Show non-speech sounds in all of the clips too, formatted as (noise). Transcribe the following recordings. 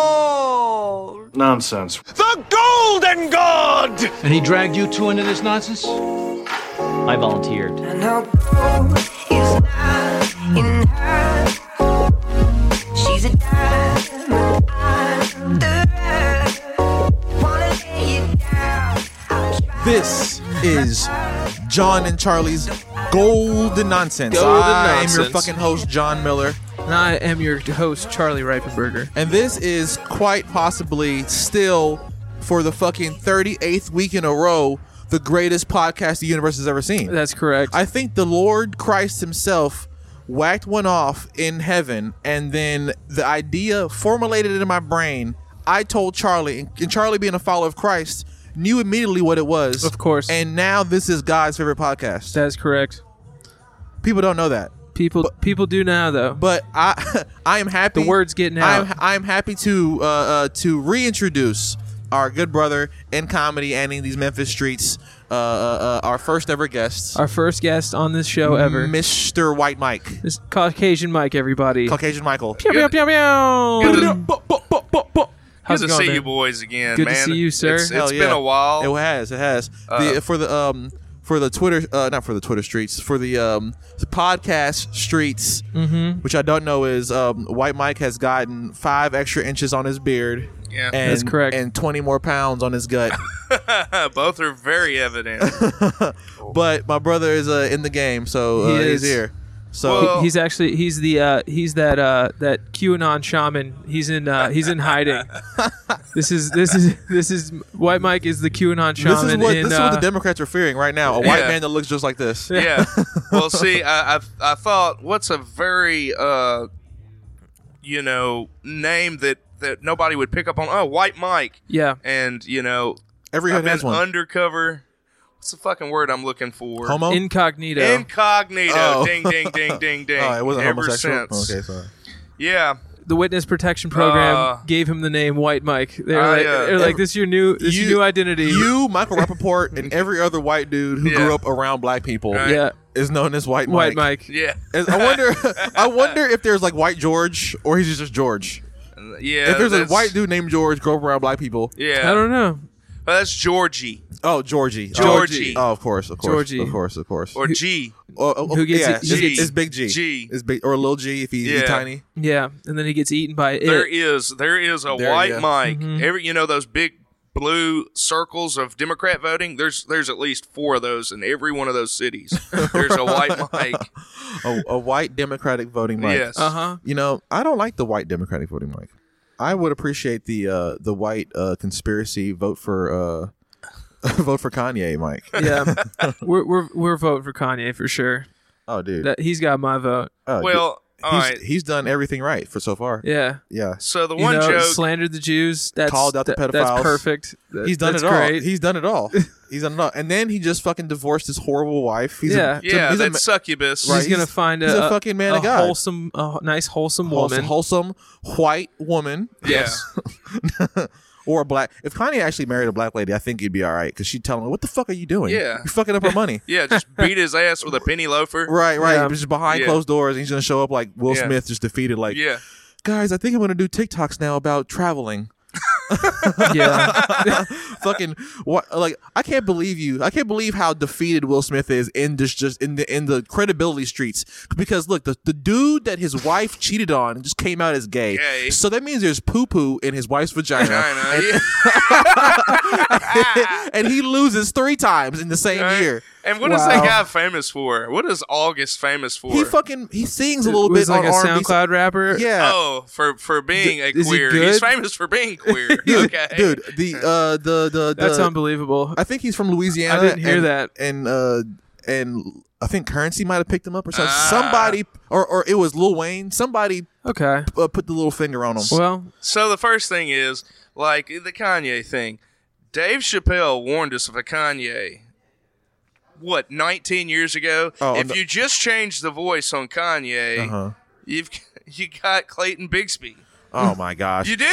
gold! Nonsense. The Golden God! And he dragged you two into this nonsense? I volunteered. And her gold is not in her. She's a diamond. I'm the rare. Wanna lay it down. I'll try. This is John and Charlie's Golden Nonsense. Golden I am your Nonsense. fucking host, John Miller. And I am your host, Charlie Reifenberger. And this is quite possibly still, for the fucking 38th week in a row, the greatest podcast the universe has ever seen. That's correct. I think the Lord Christ himself whacked one off in heaven, and then the idea formulated in my brain. I told Charlie, and Charlie, being a follower of Christ, knew immediately what it was. Of course. And now this is God's favorite podcast. That's correct. People don't know that, People people do now though. but I, (laughs) I am happy. The word's getting I'm, out. I'm happy to uh, uh, to reintroduce our good brother in comedy and in these Memphis streets, uh, uh, uh, our first ever guest, Our first guest on this show ever. Mr. White Mike, This Caucasian Mike, everybody. Caucasian (laughs) Michael. Pew, pew, pew, pew. How's Good it to going, see man? you boys again, Good to man. see you, sir. It's, Hell it's yeah. been a while. It has. It has. Uh. the, for the um for the Twitter uh, not for the Twitter streets for the um the podcast streets, Mm-hmm. which I don't know is um White Mike has gotten five extra inches on his beard. Yeah. and, That's correct. And twenty more pounds on his gut. (laughs) Both are very (laughs) evident. but my brother is uh, in the game, so uh, He is. he's here. So Well- He's actually he's the uh, he's that uh, that QAnon shaman. He's in uh, he's in (laughs) hiding. this is this is this is White Mike is the QAnon this shaman. is what in, this is uh, what the Democrats are fearing right now. A white Yeah. man that looks just like this. yeah. Well, see, I, I I thought what's a very uh, you know, name that that nobody would pick up on. Oh, White Mike, yeah. and you know, Every I've hood has been one. undercover. What's the fucking word I'm looking for? Homo. Incognito. Incognito. Oh. Ding, ding, ding, ding, ding. (laughs) oh, it wasn't Ever homosexual. since. Okay, sorry. Yeah. the witness protection program Uh, gave him the name White Mike. They were I, like, uh, they're like, "This your new, this your new identity." You, Michael (laughs) Rappaport, and every other white dude who Yeah. grew up around black people Right. yeah, is known as White White Mike. Mike. Yeah. As- I wonder. (laughs) I wonder if there's like White George or he's just George. Yeah. if there's a that's- white dude named George grew up around black people. Yeah. I don't know. Well, that's Georgie Oh, Georgie. Georgie. Oh, of course, of course, Georgie. of course, of course. or G. oh, oh, who gets yeah, it- who it's- gets- it's Big G. G. It's big or Lil G if he's he's Yeah. tiny. Yeah, and then he gets eaten by it. There is there is a There white you go. Mm-hmm. mic. Every you know those big blue circles of Democrat voting. There's there's at least four of those in every one of those (laughs) cities. there's a white mic. A, a white Democratic voting mic. Yes. (laughs) uh huh. You know, I don't like the white Democratic voting mic. I would appreciate the uh, the white uh, conspiracy vote for uh, (laughs) vote for Kanye mic. Yeah, we're we're we're voting for Kanye for sure. Oh, dude. That he's got my vote. Oh, Well, all he's, right. he's done everything right for so far. Yeah, Yeah. So the you one know, joke. slandered the Jews. That's Called out the that- That's pedophiles. perfect. That- He's done that's it all. Great. He's done (laughs) it all. He's done it all. And then he just fucking divorced his horrible wife. He's Yeah. a, yeah, he's a that ma- succubus. Right. He's gonna find he's a a, fucking man a of God. wholesome, a nice wholesome wholes- woman. wholesome white woman Yeah. or a black. If Kanye actually married a black lady, I think he'd be all right because she'd tell him, "What the fuck are you doing? Yeah. you're fucking up her (laughs) money." Yeah, just beat his ass with a penny loafer. Right, right. Yeah. Just behind Yeah. closed doors, and he's gonna show up like Will Yeah. Smith, just defeated. Like, Yeah. guys, I think I'm gonna do TikToks now about traveling. (laughs) yeah, fucking (laughs) what like I can't believe you. I can't believe how defeated Will Smith is in this just in the in the credibility streets. Because look, the, the dude that his wife cheated on just came out as gay. Gay. So that means there's poo poo in his wife's vagina. I know. Yeah. (laughs) and he loses three times in the same (laughs) Right? year. (laughs) And what is that guy famous for? What is August famous for? He fucking he sings a little was bit like on a R&B. SoundCloud rapper. Yeah. Oh, for for being a is he queer. good? He's famous for (laughs) being queer. Dude, okay. dude, the uh the the, the that's unbelievable. I think he's from Louisiana. I didn't hear and- that. And uh, and I think Currency might have picked him up or something. Ah. somebody, or or it was Lil Wayne. Somebody Okay. uh, put the little finger on him. Well, So the first thing is like the Kanye thing. Dave Chappelle warned us of a Kanye. What, 19 years ago? Oh, if no- you just change the voice on Kanye, Uh-huh. you've you got Clayton Bigsby. Oh my gosh! You do.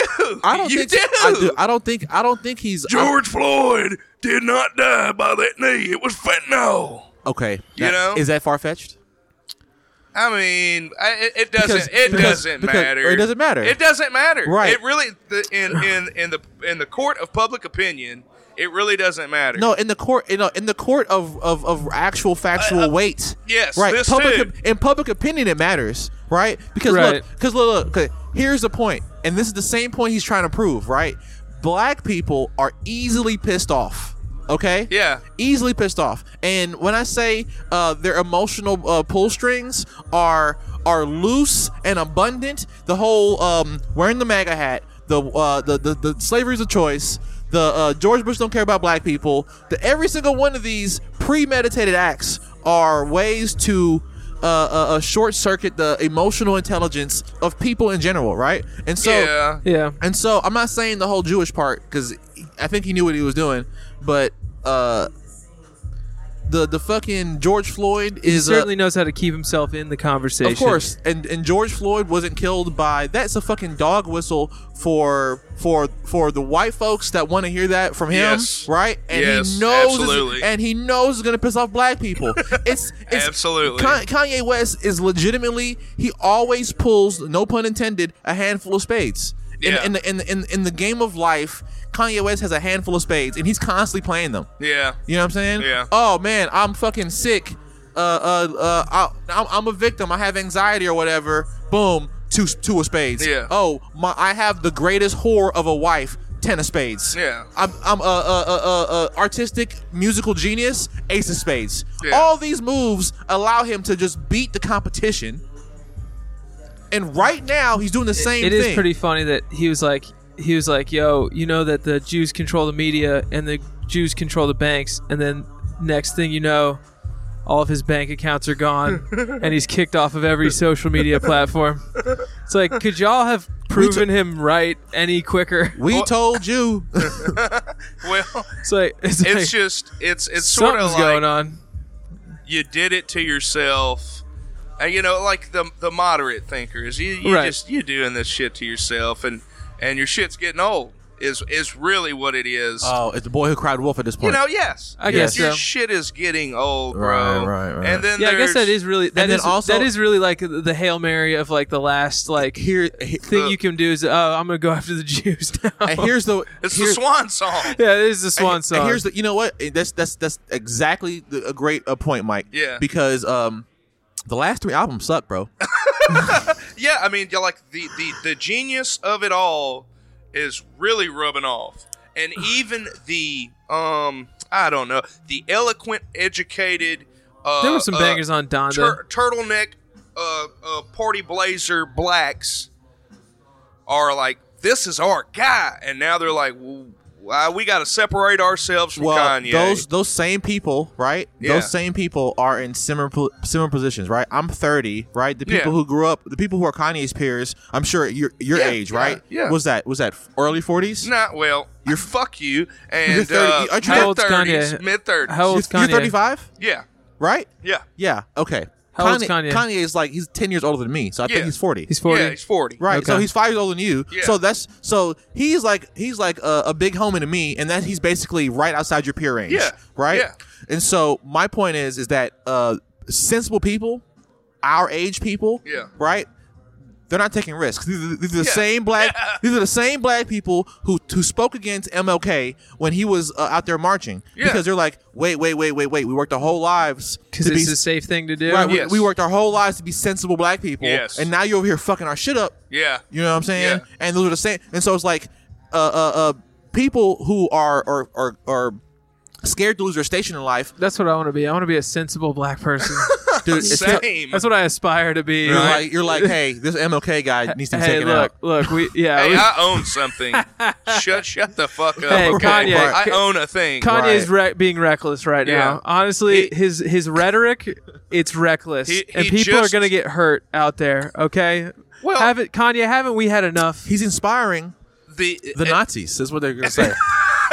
I don't you think do. I do. I don't think I don't think he's I- George Floyd did not die by that knee. It was fentanyl. okay. You know? is that far fetched? I mean, I, it, it doesn't. Because- it because- doesn't because- matter. it doesn't matter. It doesn't matter. Right. It really the, (sighs) in in in the in the court of public opinion, it really doesn't matter. No, in the court, you know, in the court of of, of actual factual weight. yes, right. this public too. op- in public opinion, it matters, right? Because Right. look, because look, look 'kay, here's the point, and this is the same point he's trying to prove, right? Black people are easily pissed off. Okay. Yeah. Easily pissed off, and when I say uh, their emotional uh, pull strings are are loose and abundant, the whole um, wearing the MAGA hat, the uh, the, the the slavery is a choice, the uh, George Bush don't care about black people, the every single one of these premeditated acts are ways to uh, uh, uh, short circuit the emotional intelligence of people in general, right? And so, yeah. Yeah. and so, I'm not saying the whole Jewish part because I think he knew what he was doing, but uh, the the fucking George Floyd He is a- certainly knows how to keep himself in the conversation. of course, and and George Floyd wasn't killed by that's a fucking dog whistle for for for the white folks that want to hear that from him, Yes. right? And Yes, he knows, it's- absolutely. and he knows it's gonna piss off (laughs) black people. It's, it's Absolutely. Kan- Kanye West is legitimately he always pulls, no pun intended, a handful of spades. In, Yeah. in, the, in, the, in, in the game of life, Kanye West has a handful of spades, and he's constantly playing them. Yeah. You know what I'm saying? Yeah. Oh man, I'm fucking sick. Uh, uh, uh, I, I'm, I'm a victim. I have anxiety or whatever. Boom, two two of spades. Yeah. Oh my, I have the greatest whore of a wife. Ten of spades. Yeah. I'm I'm a, a, a, a, a artistic musical genius. Ace of spades. Yeah. All these moves allow him to just beat the competition. And right now he's doing the same It thing. is pretty funny that he was like, he was like, "Yo, you know that the Jews control the media and the Jews control the banks." And then next thing you know, all of his bank accounts are (laughs) gone, and he's kicked off of every social media platform. It's like, could y'all have proven him right any quicker? (laughs) We told you. Well, It's like, it's, like, it's just it's it's sort of something's like going on. you did it to yourself. And you know, like the the moderate thinkers, you, you Right. just you doing this shit to yourself, and and your shit's getting old. Is is really what it is. (laughs) oh, it's the boy who cried wolf at this you point. know, yes, I guess your so. shit is getting old, Right, bro. right, right. And then Yeah, I guess there's- that is really that And then is also- that is really like the hail mary of like the last like here, (laughs) he- thing Uh, you can do is oh I'm gonna go (laughs) after the Jews now. and here's the it's here- the swan song. (laughs) yeah, it is the And- swan and song. here's the, you know what? Eh, That's that's that's exactly the, a great uh point, Mike. Yeah. Because um, the last three albums suck, (laughs) bro. Yeah, I mean, you're like the, the the genius of it all is really rubbing off, (sighs) and even the um, I don't know, the eloquent, educated. Uh, there were some uh, bangers on Donda. tur- turtleneck, uh, uh, party blazer blacks are like, this is our guy, and now they're like, "Well, uh, we got to separate ourselves from Well, Kanye. those those same people, right? Yeah. Those same people are in similar po- similar positions, right? I'm 30, right? The people Yeah. who grew up, the people who are Kanye's peers, I'm sure your your Yeah, age, yeah, right? yeah. Was that was that early 40s? not well. You're (laughs) fuck you You're and 30 uh, aren't you- How mid old's thirties, Kanye? mid thirties. How You're, old's Kanye? you're 35, Yeah, right? yeah, Yeah. Okay. How old's Kanye? Kanye is like he's 10 years older than me, so I Yeah. think he's 40. He's 40. yeah. He's forty. Right. So Okay. he's five years older than you. Yeah. So that's so he's like he's like a, a big homie to me, and that he's basically right outside your peer range. Yeah. Right. Yeah. And so my point is is that uh sensible people, our age people, Yeah. right. They're not taking risks. These are, these are the Yeah. same black. These are the same black people who who spoke against MLK when he was uh, out there marching Yeah. because they're like, wait, wait, wait, wait, wait. We worked our whole lives because to be it's a safe thing to do. right. we- Yes. We, worked our whole lives to be sensible black people, Yes. and now you're over here fucking our shit up. Yeah, You know what I'm saying? Yeah. And those are the same. And so it's like, uh, uh, uh people who are are are, are scared to lose their station in life. That's what I want to be. I want to be a sensible black person. (laughs) Dude, it's Same. t- (laughs) That's what I aspire to be. you're like you're like, hey, this MLK guy needs to be hey, taken look, out. uh, look, we (laughs) yeah. Hey, we- I own (laughs) something. shut, shut the fuck up. Hey, okay? Kanye, I Ka- own a thing. Kanye's re- being reckless right Yeah. now. Honestly, his his (laughs) rhetoric, it's reckless, He- he and people just- are gonna get hurt out there. Okay, Well- haven't Kanye? Haven't we had enough? He's inspiring the the Nazis. Is what they're (laughs) gonna say.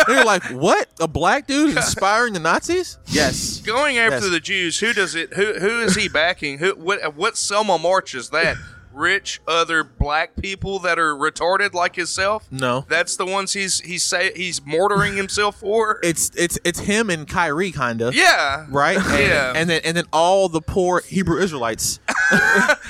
they're like, what? A black dude inspiring the Nazis? Yes. going after Yes. (laughs) the Jews. Who does it? Who who is he backing? Who what what Selma March is that? rich other black people that are retarded like himself? No. That's the ones he's he's say he's mortaring himself for. It's it's it's him and Kyrie kinda. yeah. (laughs) Right? And, Yeah. And then and then all the poor Hebrew Israelites.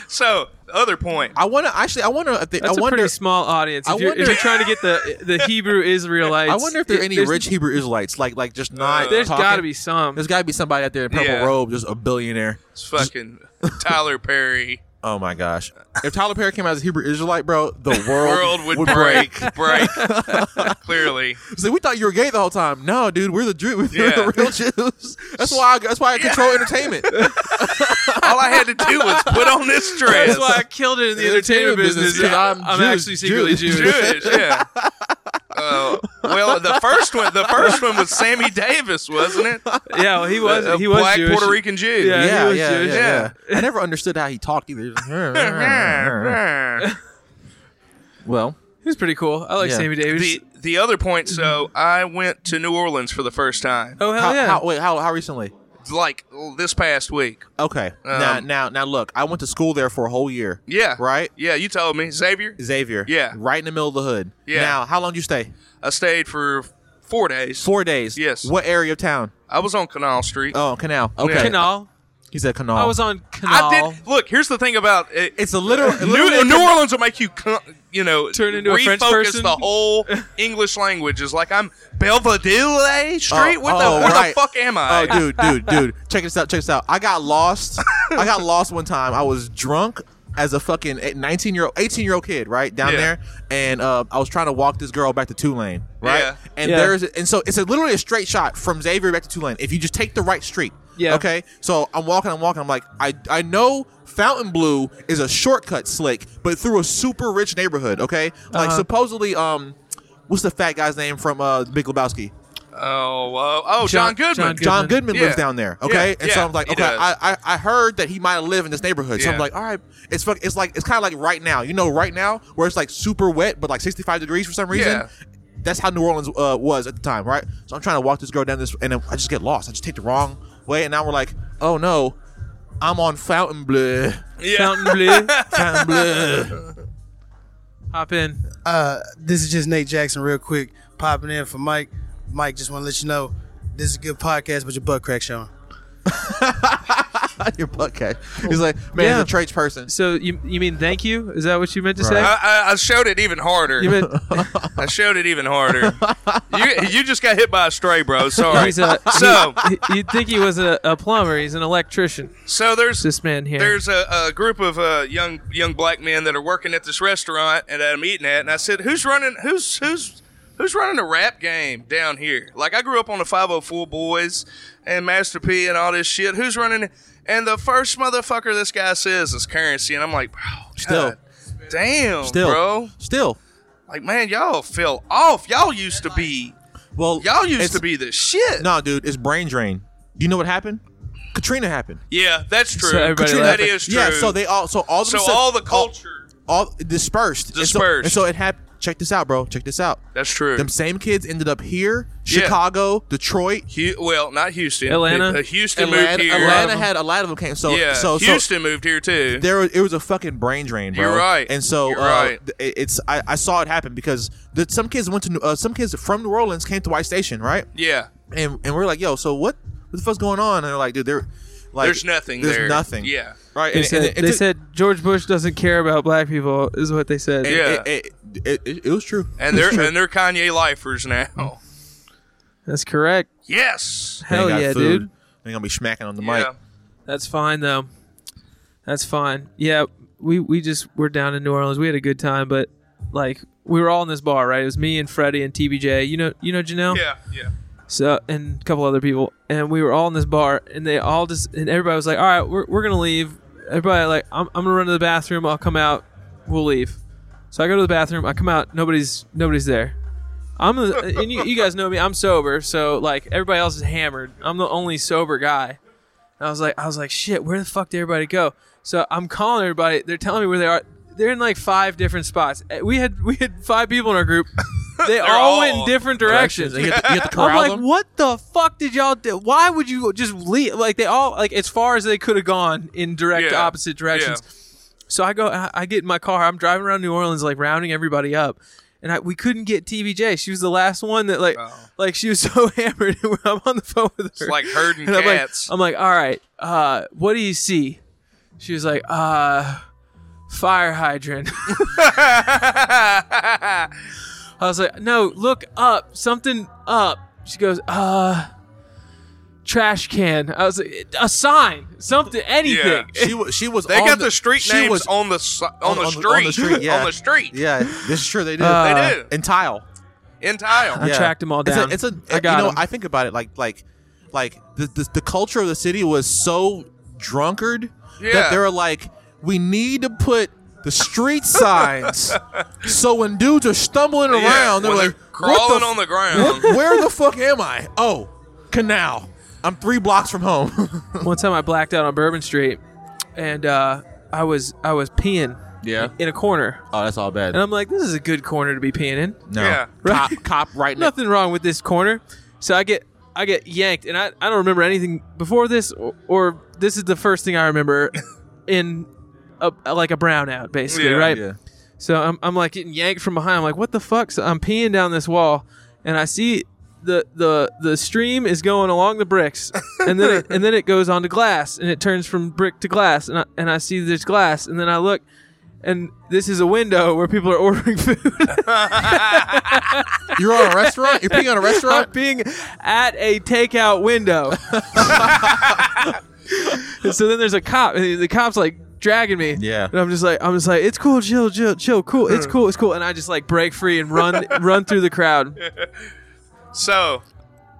So other point. I wanna actually I wonder if they, I That's a wonder pretty small audience. I If, you're, if wonder- you're trying to get the (laughs) the Hebrew Israelites, I wonder if there are it- any there's- rich Hebrew Israelites, like like just not. There's talking. got to be some. There's got to be somebody out there in purple Yeah. robe, just a billionaire. It's fucking Tyler (laughs) Perry. Oh my gosh! If Tyler Perry came out as a Hebrew Israelite, bro, the (laughs) world, World would break. break. (laughs) Clearly. So we thought you were gay the whole time. No, dude, we're the Jew. We're Yeah. the (laughs) real Jews. That's why. I, that's why I control (laughs) entertainment. All I had to do was put on this dress. That's why I killed it in the entertainment entertainment business, business. 'cause I'm I'm, Jewish- actually secretly Jewish. (laughs) Jewish. Jewish, yeah. Uh, well, the first one, the first one was Sammy Davis, wasn't it? Yeah, well, (laughs) he was. A he was black Jewish. Puerto Rican Jew. Yeah. yeah, he was yeah, Jewish. yeah, yeah. I never understood how he talked (laughs) either. (laughs) (laughs) well, He was pretty cool. I like Yeah. Sammy Davis. the the other point. So I went to New Orleans for the first time, oh hell how, yeah! how, wait, how, how recently? like this past week. Okay. now, now, now, look. I went to school there for a whole year. Um, Yeah, Right. Yeah, you told me, Xavier. Xavier. Yeah. Right in the middle of the hood. Yeah. Now, how long did you stay? I stayed for four days. Four days. Yes. What area of town? I was on Canal Street. Oh, Canal. Okay. Oh. Canal. He said Canal. I was on Canal. I did. Look, here's the thing about it. It's a literal. New, New Orleans will make you, con- you know, Turn into a French refocus person? the (laughs) whole English language. It's like I'm Belvedere Street. Oh, what oh, the, where right. the fuck am I? Oh, dude, dude, dude. Check this out. Check this out. I got lost. (laughs) I got lost one time. I was drunk as a fucking 19 year old, 18 year old kid, right down Yeah. there, and uh, I was trying to walk this girl back to Tulane, right? Yeah. And Yeah. there's and so it's a, literally a straight shot from Xavier back to Tulane if you just take the right street. Yeah. Okay. So I'm walking. I'm walking. I'm like, I I know. Fountain Blue is a shortcut slick, but through a super rich neighborhood. Okay, like Uh-huh. supposedly, um, what's the fat guy's name from uh, Big Lebowski? Oh, uh, oh, John, John- Goodman. John John Goodman Yeah. lives down there. Okay, Yeah, and so yeah, I'm like, he okay, does. I, I I heard that he might live in this neighborhood. So Yeah. I'm like, all right, it's fuck, it's like it's kind of like right now, you know, right now where it's like super wet, but like 65 degrees for some reason. Yeah. That's how New Orleans uh, was at the time, right? So I'm trying to walk this girl down this, and then I just get lost. I just take the wrong way, and now we're like, oh no, I'm on Fontainebleau. Yeah. Fountain Blue. Fontainebleau. Hop in. Uh, this is just Nate Jackson, real quick, popping in for Mike. Mike, just want to let you know this is a good podcast, but your butt crack showing. (laughs) Your butt crack. He's like, man, Yeah. he's a trades person. So you you mean thank you? Is that what you meant to say? I, I, I showed it even harder. You meant I showed it even (laughs) harder. you, you just got hit by a stray, bro. Sorry. he's a. so, he- You'd think he was a, a plumber. He's an electrician. so there's This man here. There's a, a group of uh, young young black men that are working at this restaurant and I'm eating at, and I said, "Who's running? Who's who's who's running a rap game down here?" Like I grew up on the 504 Boys and Master P and all this shit. Who's running? And the first motherfucker this guy says is currency, and I'm like, bro, Still. God damn, Still, bro, still. like man, y'all fell off. Y'all used to be, Well, y'all used it's- to be the shit. No, dude, it's brain drain. You know what happened? Katrina happened. Yeah, that's true. So everybody that laughed at- is true. Yeah, so they oh, all so all of a so sudden- all the culture. all, dispersed And so- Dispersed. and so, it happened. Check this out, bro. Check this out. that's true. Them same kids ended up here, Yeah. Chicago, Detroit, Hu- well, not Houston. Atlanta? Uh, Houston moved Atlanta. here. Atlanta had a lot of them came. So yeah, so so Houston moved here too. there was- it was a fucking brain drain, bro. You're right. And so You're uh, right. th- it- it's I, I saw it happen because the, some kids went to New- uh, some kids from New Orleans came to White Station, right? yeah, And and we're like, yo, so what what the fuck's going on? And they're like, dude, they're like there's nothing. There's there. nothing. Yeah, Right. They and- said, and it they took- said George Bush doesn't care about black people, is what they said. Yeah. it, it, it, it- it was true. and It they're was (laughs) true. and they're Kanye lifers now. That's correct. Yes. They Hell got yeah, food. dude. They gonna be smacking on the mic. Yeah. That's fine though. That's fine. Yeah, we we just were down in New Orleans. We had a good time, but like we were all in this bar, right? It was me and Freddie and TBJ. You know, you know Janelle. Yeah. Yeah. So and a couple other people, and we were all in this bar, and they all just and everybody was like, "All right, we're we're gonna leave." Everybody like, "I'm I'm gonna run to the bathroom. I'll come out. We'll leave." So I go to the bathroom. I come out. Nobody's nobody's there. I'm the, and you, you guys know me. I'm sober, so like everybody else is hammered. I'm the only sober guy. And I was like, I was like, shit. Where the fuck did everybody go? So I'm calling everybody. They're telling me where they are. They're in like five different spots. Eh, We had we had five people in our (laughs) group. They all, went all in different Directions. directions. You have to, you have to I'm corral like, them. what the fuck did y'all do? Why would you just leave? Like they all like as far as they could have gone in direct Yeah. opposite directions. So I go, I I get in my car. I'm driving around New Orleans, like rounding everybody up, and I, we couldn't get TVJ. She was the last one that, like, like she was so (laughs) hammered. and I'm on the phone with her. It's Oh. like (laughs) herding (laughs) And I'm like, cats. um, I'm like, all right, uh, what do you see? She was like, uh, fire hydrant. (laughs) I was like, no, look up, something up. She goes, uh, trash can. I was like, a sign, something, anything. She wa- she was. they on got the, street she names was- on the si- on, the on street the- on the street, (laughs) yeah. on the street. Yeah, this is true. They do. Uh, They yeah. do and tile. in tile. I Yeah. tracked them all down. It's a, it's a I got you know, 'em. I think about it like like like the the, the culture of the city was so drunkard Yeah. that they were like, we need to put the street signs (laughs) so when dudes are stumbling Yeah, around, they're when like crawling what the on (laughs) the f- ground. Where the fuck am I? Oh, canal. I'm three blocks from home. (laughs) One time I blacked out on Bourbon Street, and uh, I was I was peeing yeah. in a corner, Oh, that's all bad. and I'm like, this is a good corner to be peeing in. No. Yeah. Cop, cop right now. nothing wrong with this corner. So I get I get yanked, and I, I don't remember anything before this, or, or this is the first thing I (laughs) remember in a, like a brownout, basically, Yeah. right? Yeah. So I'm, I'm like getting yanked from behind. I'm like, what the fuck? So I'm peeing down this wall, and I see the the the stream is going along the (laughs) bricks, and then it, and then it goes onto glass, and it turns from brick to glass, and I, and I see there's glass, and then I look, and this is a window where people are (laughs) ordering food. (laughs) You're on a restaurant? (laughs) You're peeing on a I'm restaurant? being at a takeout window. And (laughs) so then there's a cop, and the cop's like dragging me. Yeah. and I'm just like, I'm just like, it's cool, chill, chill, chill, cool, it's cool, it's cool, and I just like break free and (laughs) run, run through the crowd. So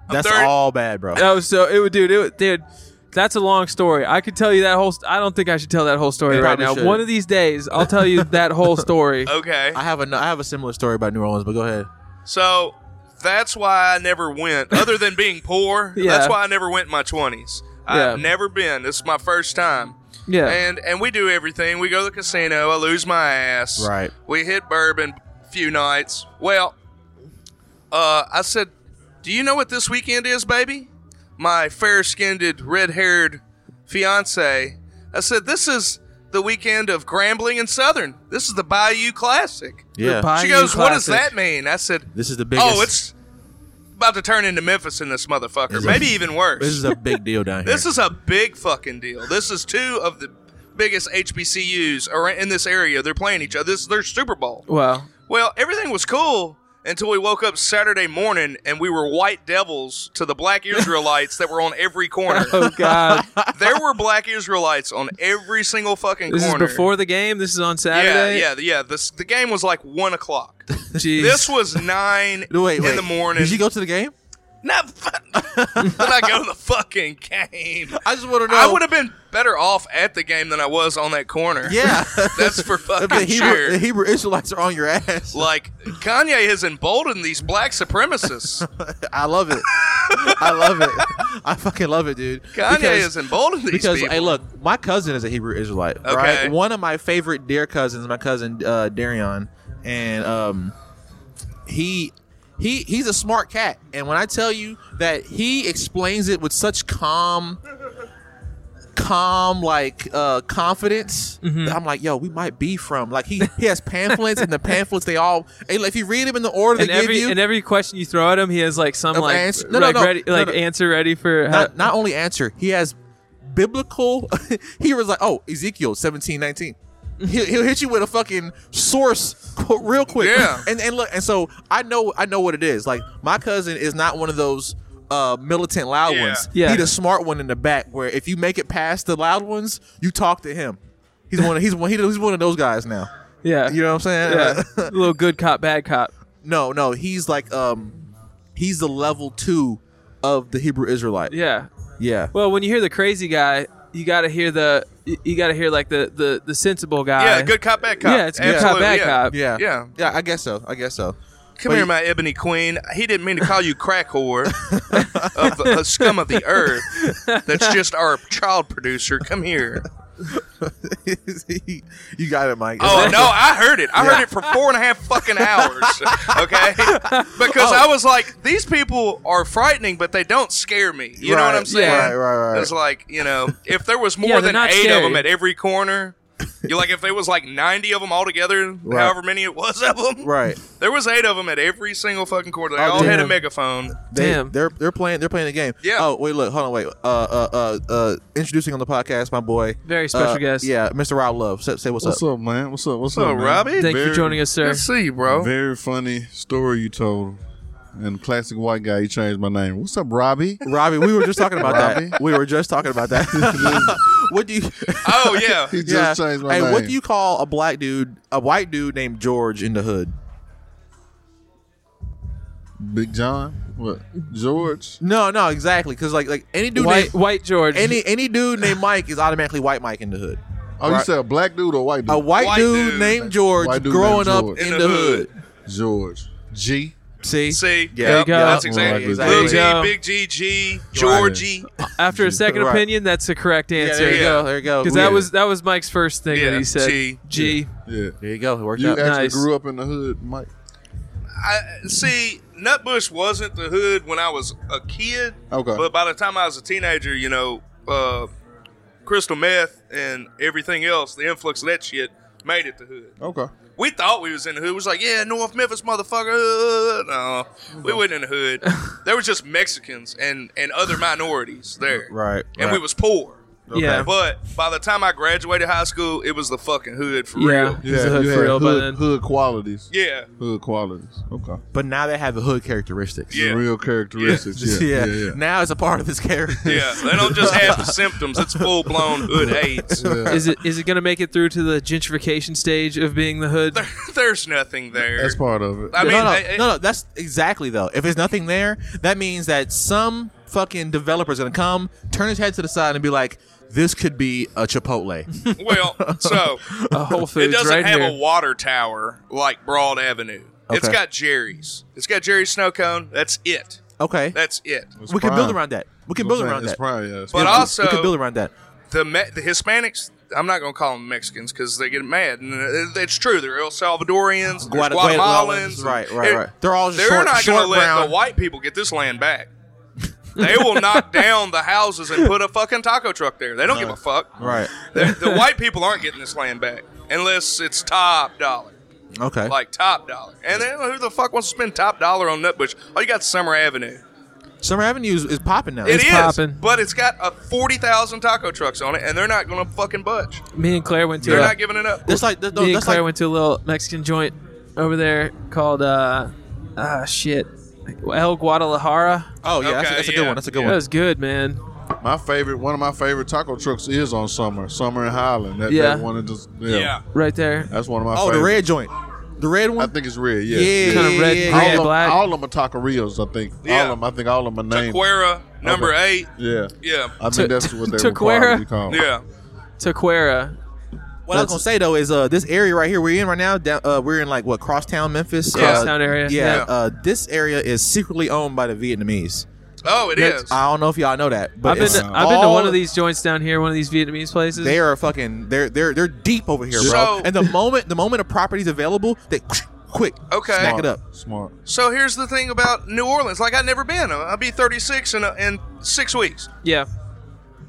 That's third- all bad, bro. That was so it would, dude, it would, dude. That's a long story. I could tell you that whole. St- I don't think I should tell that whole story You right probably now. shouldn't. One of these days, I'll tell you that (laughs) whole story. okay, I have a I have a similar story about New Orleans, but go ahead. so that's why I never went. Other than being poor, (laughs) Yeah. that's why I never went in my twenties. Yeah. I've never been. This is my first time. Yeah, And and we do everything. We go to the casino. I lose my ass. Right. We hit bourbon a few nights. Well, uh, I said, "Do you know what this weekend is, baby?" My fair-skinned, red-haired fiance. I said, "This is the weekend of Grambling and Southern. This is the Bayou Classic." Yeah. Bayou She goes, "What does Classic. that mean?" I said, This is the biggest. "Oh, it's about to turn into Memphis in this motherfucker. This is- Maybe even worse." this is a big deal (laughs) down here. This is a big fucking deal. This is two of the biggest HBCUs are in this area. They're playing each other. This is their Super Bowl. Well, Well, everything was cool until we woke up Saturday morning and we were white devils to the black Israelites that were on every (laughs) corner. oh god, There were black Israelites on every single fucking this is corner. before the game. This is on yeah, Saturday. yeah, yeah. This the game was like one o'clock. (laughs) Jeez. This was nine No, wait, wait. in the morning. Did you go to the game? (laughs) Not then I go to the fucking game. I just want to know. I would (laughs) have been better off at the game than I was on that corner. Yeah. (laughs) That's for fucking (laughs) the, Hebrew, sure. the Hebrew Israelites are on (laughs) your ass. like Kanye has emboldened these black supremacists. I love it. I love it. I fucking love it, dude. Kanye Because- has emboldened these because people. hey, look, my cousin is a Hebrew Israelite, Okay. right? One of my favorite dear cousins, my cousin uh, Darion, and um, he he he's a smart cat. And when I tell you that he explains it with such calm, calm like uh, confidence, I'm like, yo, we might be from like he he has pamphlets and the pamphlets they all and if you read them in the order and they every give you. and every question you throw at him, he has like some Of like ans- no, no, like, no, ready, no, like no. answer ready for Uh, how, not, not only answer, he has biblical. (laughs) he was like, oh, Ezekiel seventeen nineteen. He'll, he'll hit you with a fucking source qu- real quick. Yeah. (laughs) And and look, and so I know I know what it is. Like my cousin is not one of those uh militant loud Yeah. ones. Yeah. He the smart one in the back where if you make it past the loud ones, you talk to him. He's one of, he's one he- he's one of those guys now. yeah You know what I'm saying? yeah (laughs) (laughs) a little good cop bad cop no, no, he's like um he's the level 2 of the Hebrew Israelite. yeah. Yeah. Well, when you hear the crazy guy, you got to hear the you- you got to hear like the the the sensible guy. yeah, good cop, bad cop. Yeah, it's good Absolutely, cop bad yeah. cop. Yeah. Yeah. Yeah, I guess so. I guess so. (laughs) Come here, my ebony queen. He didn't mean to call you crack whore of the of scum of the earth. That's just our child producer. Come here. you got it, Mike. Oh (laughs) no, I heard it. I heard it for four and a half fucking hours. (laughs) Okay, because Oh. I was like, these people are frightening, but they don't scare me. You know what Right, I'm saying? right, right, (laughs) right. It's like you know, if there was more they're than not eight of scary. them at every corner, You like if there was like ninety of them all together, Right. however many it was of them. Right. There was eight of them at every single fucking quarter. They Oh, all had a damn. megaphone. They, Damn. They're they're playing they're playing the game. Yeah. Oh wait, look, hold on, wait. Uh, uh, uh, uh introducing on the podcast, my boy. Very special uh, guest. Yeah, Mr. Rob Love. Say, say what's, What's up. up, man? What's up? What's So, up, man? Robbie, Thank you for Very- joining us, sir. good to see you, bro. (laughs) Very funny story you told. And classic white guy, he changed my name. What's up, Robbie? (laughs) Robbie, we were just talking about Robbie? that. We were just talking about (laughs) that. (laughs) what do you? Oh yeah, He just yeah. changed my hey, name. what do you call a black dude, a white dude named George in the hood? Big John? What? George? No, no, exactly. Because like like any dude White, named White George. any any dude named Mike is automatically white Mike in the hood. Oh, you Right. said a black dude or white dude? A white, White dude, dude. named George White dude growing named up George. in, the, hood. George. G. See, see, Yeah. There you Yep, go. That's Yeah, exactly. exactly. Lil G, There you go. Big G, G, Georgie. After a second Right. opinion, that's the correct Yeah, answer. there you Yeah. go. There you go. Because Yeah. that was that was Mike's first thing Yeah, that he said. G. G. Yeah. There you go. It worked You out. actually Nice. grew up in the hood, Mike. I see. Nutbush wasn't the hood when I was a kid. Okay. But by the time I was a teenager, you know, uh, crystal meth and everything else, the influx of that shit made it the hood. Okay. We thought we was in the hood. We was like, yeah, North Memphis, motherfucker. uh, No, we wasn't in the hood. there was just Mexicans and and other minorities there. Right, And we right. was poor. Yeah. But by the time I graduated high school, it was the fucking hood for Yeah. real. He's a hood you for had real by then. hood, hood qualities. Yeah. Hood qualities. Okay. But now they have the hood characteristics. Yeah. Real characteristics. (laughs) Yeah. Yeah. yeah. Now it's a part of this character. Yeah, (laughs) they don't just have the symptoms. It's full blown hood AIDS. Is it is it gonna make it through to the gentrification stage of being the (laughs) hood? (laughs) There, there's nothing there. That's part of it. I mean, (laughs) no, no, I- I- no, no. That's exactly though. If there's nothing there, that means that some fucking developer's gonna come, turn his head to the side, and be like, "This could be a (laughs) Chipotle." (laughs) well, (laughs) so A Oh, Whole Foods it doesn't right have here. a water tower like Broad Avenue. It's Okay. got Jerry's. It's got Jerry's snow cone. That's it. okay, That's it. we can build prime. around that. We can That's build what around I'm saying. that. It's probably, yeah, it's But probably- also, we can build around that. the Me- the Hispanics. I'm not gonna call them Mexicans because they get mad, and it- it's true. They're El Salvadorians, Guata- Guatemalans, right, right, They're- right. They're all just They're short- not short gonna let brown. the white people get this land back. They will (laughs) knock down the houses and put a fucking taco truck there. They don't give a fuck. Right. The, the white people aren't getting this land back unless it's top dollar, Okay. like top dollar. And then who the fuck wants to spend top dollar on Nutbush? Oh, you got Summer Avenue. Summer Avenue is, is popping now. It It's- is, poppin'. but it's got a forty thousand taco trucks on it, and they're not gonna fucking budge. Me and Claire went to They're a, not giving it up. That's like that's, me and that's Claire like went to a little Mexican joint over there called uh ah shit El Guadalajara. oh yeah, that's, a, Okay, that's a good yeah, one. That's a good That one. was good, man. my favorite, one of my favorite taco trucks is on Summer, Summer in Highland. That, Yeah. that one of just, yeah, yeah. Right there. that's one of my. Oh, the favorite. red joint, the red I one. Uh, think it's red. Yeah, yeah, Kinda yeah, red, yeah, All, green, of, black. all of my taquerias, I think. All Yeah. of them. I think all of them are named. Taquera, number Okay. Oh. eight. Yeah, Yeah. I Ta- think that's what they taquera? were probably called. Yeah. Taquera. What I was gonna say though is uh, this area right here we're in right now. Down, uh, we're in like what crosstown Memphis, Uh, Crosstown area, Yeah, yeah. Uh, this area is secretly owned by the Vietnamese. Oh, it That's- is. I don't know if y'all know that, but I've been it's to, I've been to all- one of these joints down here, one of these Vietnamese places. They are fucking they're they're they're deep over here, bro. So- And the moment the moment a property's available, they (laughs) quick Okay. snack it Smart, up. Smart. So here's the thing about New Orleans. Like I've never been. I'll be 36 in in six weeks. yeah.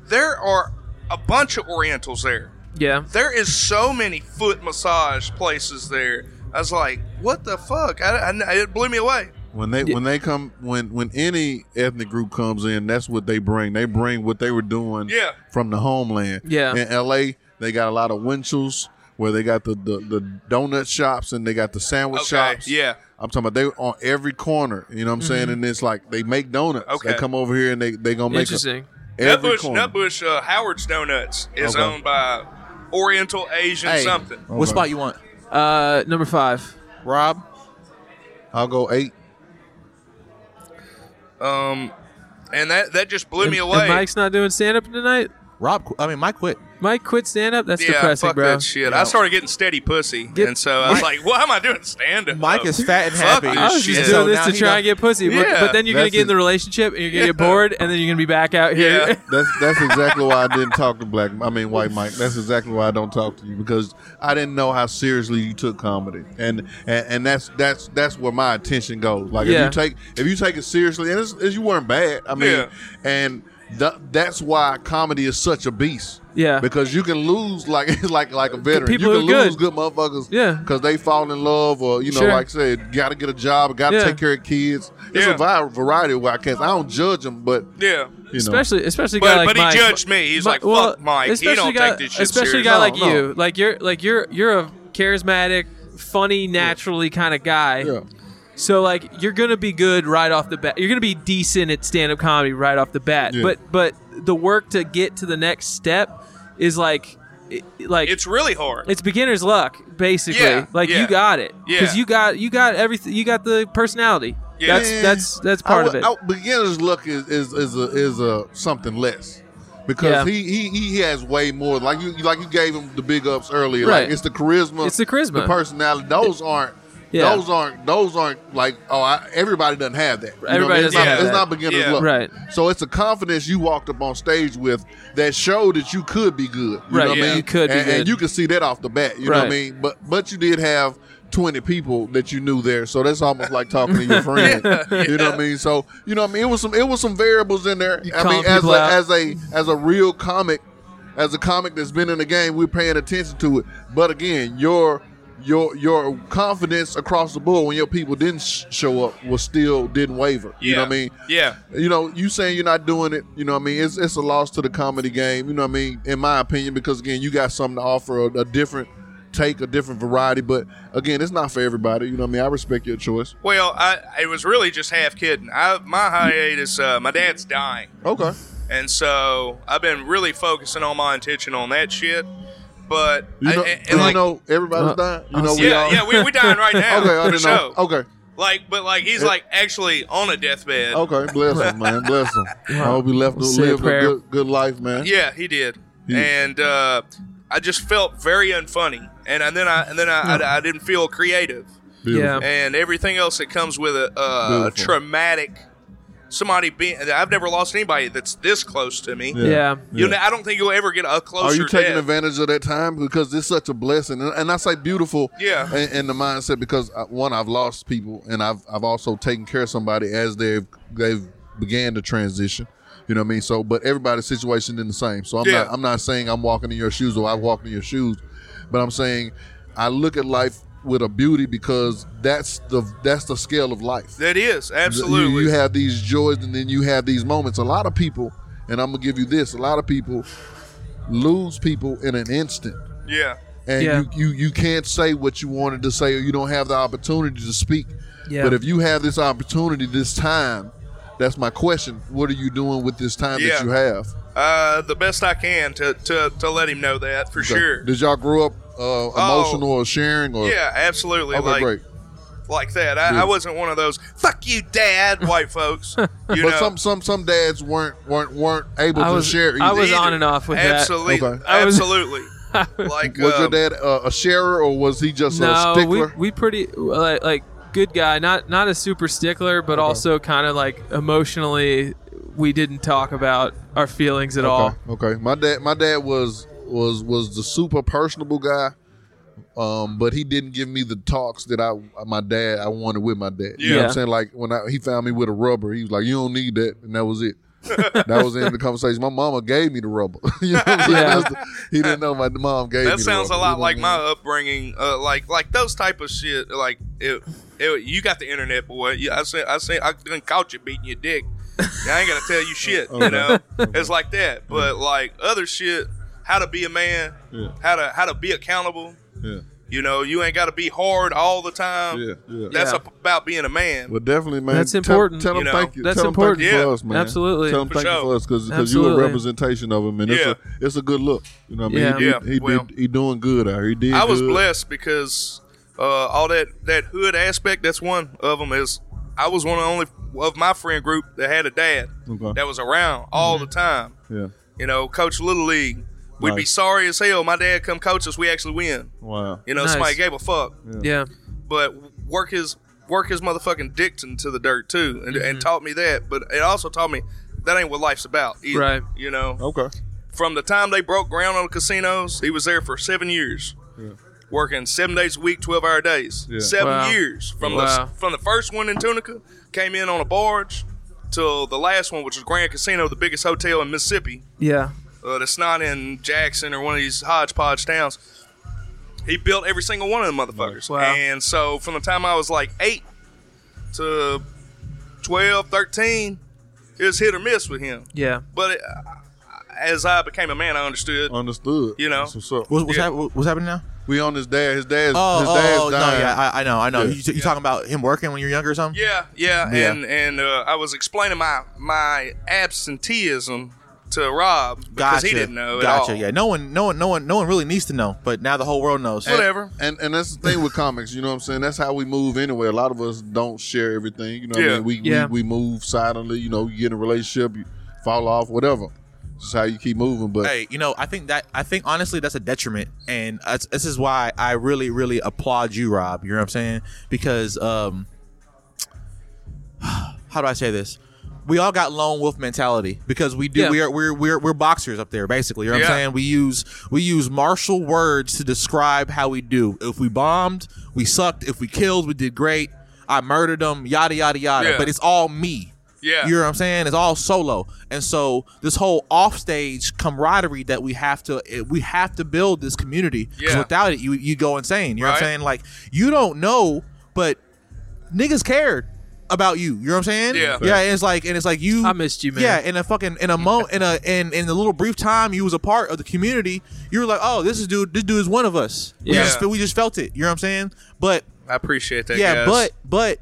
There are a bunch of Orientals there. Yeah. There is so many foot massage places there. I was like, what the fuck? I, I- it blew me away. When they when they come when when any ethnic group comes in, that's what they bring. They bring what they were doing Yeah. from the homeland. Yeah. In LA, they got a lot of Winchels where they got the, the, the donut shops and they got the sandwich Okay, shops. yeah. I'm talking about they on every corner. You know what I'm Mm-hmm. saying? And it's like they make donuts. Okay. They come over here and they they gonna make Interesting. A, every Nutbush, corner. Nutbush uh, Howard's Donuts is Okay. owned by Oriental Asian Hey. something. What Okay. spot you want, Uh, number five. Rob? I'll go eight. Um, and that that just blew me And- away. and Mike's not doing stand up tonight. Rob, qu- I mean Mike, quit. Mike quit stand up. That's yeah, depressing, fuck bro. that shit. I started getting steady pussy, Get- and so I was like, "What am I doing stand up?" Mike is fat and Fuck happy. this I was shit. just So doing this now to he try done- and get pussy, but, Yeah. but then you're gonna That's get in it. the relationship and you're gonna get bored, and then you're gonna be back out here. (laughs) Yeah. That's that's exactly why I didn't talk to black. I mean, white Mike. That's exactly why I don't talk to you because I didn't know how seriously you took comedy, and and, and that's that's that's where my attention goes. Like Yeah. if you take if you take it seriously, and it's, it's, you weren't bad. I mean, Yeah. and Th- that's why comedy is such a beast. Yeah. because you can lose like (laughs) like like a veteran. people you can who are lose good. good motherfuckers. Yeah. because they fall in love or you know, Sure. like I said, got to get a job, got to Yeah. take care of kids. It's Yeah. a vi- variety of wildcats. I don't judge them, but Yeah. you know, especially especially a But- guy like but he Mike. judged me. He's Mi- like, "Fuck Mike. He especially don't a guy, take this shit Especially a serious." guy No, like no. you, like you're like you're you're a charismatic, funny, naturally kind of guy. yeah. So like you're gonna be good right off the bat. You're gonna be decent at stand up comedy right off the bat. Yeah. But but the work to get to the next step is like it, like It's really hard. it's beginner's luck basically. Yeah, like yeah. you got it Yeah. you got you got everything. You got the personality. Yeah. That's that's that's I part would- of it. I- beginner's luck is is is a, is a something less because Yeah. he, he he has way more. Like you like you gave him the big ups earlier. Like Right. it's the charisma. It's the charisma. The personality. Those aren't. Yeah. Those aren't. Those aren't like. Oh, I, everybody doesn't have that. You know what I Everybody mean? doesn't it's not, have It's that. not beginner's Yeah. luck. Right. So it's a confidence you walked up on stage with that showed that you could be good. You Right, Know what I yeah. mean? You could be and, and good. you could see that off the bat. You know what I Right. mean? But but you did have. 20 people that you knew there. So that's almost like talking to (laughs) your friend. You know what I mean? So, you know what I mean? It was some it was some variables in there. I calm mean, as people a, out. as a as a real comic, as a comic that's been in the game, we're paying attention to it. But again, your your your confidence across the board when your people didn't sh- show up was still didn't waver. You know what I mean? Yeah. You know, you saying you're not doing it, you know what I mean? It's it's a loss to the comedy game, you know what I mean, in my opinion, because again, you got something to offer a, a different take, a different variety. But again, it's not for everybody, you know what I mean? I respect your choice. Well, I it was really just half kidding. I my hiatus. Uh, my dad's dying, Okay. and so I've been really focusing all my attention on that shit. But You know, I, and, you and like, know everybody's dying. You know we yeah, all yeah, we we dying (laughs) right now. Okay, I for didn't show. know. Okay. Like, but like he's like actually on a deathbed. Okay, bless him, man. Bless (laughs) him. I hope he left to Say a live a prayer. good, good life, man. Yeah, he did. Yeah. And uh, I just felt very unfunny, and, and then I and then I, I, I didn't feel creative, Beautiful. Yeah. and everything else that comes with a, uh, a Beautiful. traumatic somebody being. I've never lost anybody that's this close to me. Yeah. You know, I don't think you'll ever get a closer. Are you taking death. advantage of that time because it's such a blessing? And, and I say beautiful, Yeah. in, in the mindset because uh one, I've lost people, and I've I've also taken care of somebody as they've they've began to transition. You know what I mean? So, but everybody's situation in the same. So I'm Yeah. not I'm not saying I'm walking in your shoes or I've walked in your shoes, but I'm saying I look at life with a beauty because that's the that's the scale of life. That is th- absolutely. You, you have these joys and then you have these moments. A lot of people, and I'm gonna give you this, a lot of people lose people in an instant. yeah, And Yeah. you, you you can't say what you wanted to say or you don't have the opportunity to speak. Yeah. But if you have this opportunity this time, that's my question. What are you doing with this time Yeah. that you have? uh, the best I can to, to to let him know that for sure. Oh. Did y'all grow up uh, emotional or sharing or Yeah, absolutely. Okay, like great. like that. I, I wasn't one of those "fuck you, dad" white (laughs) folks. You But know, some some some dads weren't weren't weren't able I to was- share. I either. was on and off with that. absolutely, Okay. I (laughs) was- (laughs) absolutely. like Was your um, dad uh, a sharer or was he just a no, we, stickler? we pretty like, like good guy, not not a super stickler, but also kind of like emotionally, we didn't talk about our feelings at all. Okay. okay. My dad my dad was was was the super personable guy. Um, but he didn't give me the talks that I my dad I wanted with my dad. You know what Yeah. I'm saying? Like when I, he found me with a rubber, he was like, You don't need that and that was (laughs) it. that was the end of the conversation. My mama gave me the rubber. (laughs) you know what I'm saying? Yeah. That's the- he didn't know my mom gave me that the sounds a rubber. You lot know like what my I mean? upbringing. Uh, like like those type of shit. Like it, it, you got the internet, boy. You, I said I said I done caught you beating your dick. I ain't gotta tell (laughs) you shit. You know, it's like that. But like other shit, how to be a man, Yeah. how to how to be accountable. You know, you ain't gotta be hard all the time. Yeah, yeah, yeah. That's Yeah. ab- about being a man. Well, definitely, man. That's Tell- important. Tell, You know, them thank you. that's tell 'em Thank you important. for Yeah. us, man. Absolutely. Tell them For thank you sure. for us because you're a Absolutely. representation of him, and it's, Yeah. a, it's a good look. You know what I mean? Yeah. He, did- Yeah, he, did- well. he doing good out here. He did. I was good. blessed because uh, all that that hood aspect. That's one of them. Is I was one of the only of my friend group that had a dad Okay. that was around all Mm-hmm. the time. Yeah. You know, coach little league. We'd be Nice. sorry as hell. My dad come coach us. We actually win. Wow. You know, Nice. somebody gave a fuck, Yeah, but work his work his motherfucking dicks into the dirt too, and, Mm-hmm. and taught me that. But it also taught me that ain't what life's about. Either, Right. You know, Okay. from the time they broke ground on the casinos, he was there for seven years, working seven days a week, twelve hour days. Yeah. Seven Wow. years from Wow. the from the first one in Tunica, came in on a barge, till the last one, which was Grand Casino, the biggest hotel in Mississippi. Yeah. uh, that's not in Jackson or one of these hodgepodge towns. He built every single one of them motherfuckers. Wow. And so from the time I was like 8 to 12, 13, it was hit or miss with him. Yeah. But it, as I became a man, I understood. Understood. You know. That's what's up. What's, what's, Yeah. hap- what's happening now? We on his dad. His dad's. Oh, his oh, dad's oh, no, dying. yeah, I, I know, I know. Yeah. You, you talking about him working when you're younger or something? yeah, yeah, Yeah. And and uh, I was explaining my my absenteeism to Rob because Gotcha. he didn't know at Gotcha. all. Yeah. No one, no one, no one, no one really needs to know, but now the whole world knows. Whatever. And and that's the thing with comics, you know what I'm saying? That's how we move anyway. A lot of us don't share everything. You know what Yeah. I mean? We, Yeah. we we move silently, you know, you get in a relationship, you fall off, whatever. Just how you keep moving. But hey, you know, I think that I think honestly that's a detriment, and that's, this is why I really, really applaud you, Rob. You know what I'm saying? Because um, (sighs) how do I say this? We all got lone wolf mentality because we do. Yeah. We are we're, we're we're boxers up there basically. You know what Yeah. I'm saying? We use we use martial words to describe how we do. If we bombed, we sucked. If we killed, we did great. I murdered them. Yada yada yada. Yeah. But it's all me. Yeah. You know what I'm saying? It's all solo. And so this whole offstage camaraderie that we have to it- we have to build this community. 'Cause Yeah. without it, you you go insane. You know what I'm Right. saying? Like you don't know, but niggas cared about you. You know what I'm saying? Yeah. Yeah, and it's like and it's like you I missed you, man. Yeah, in a fucking in a mo in a in in the little brief time you was a part of the community, you were like, Oh, this is dude this dude is one of us. Yeah. We just, we just felt it. You know what I'm saying? But I appreciate that. yeah, guys. but but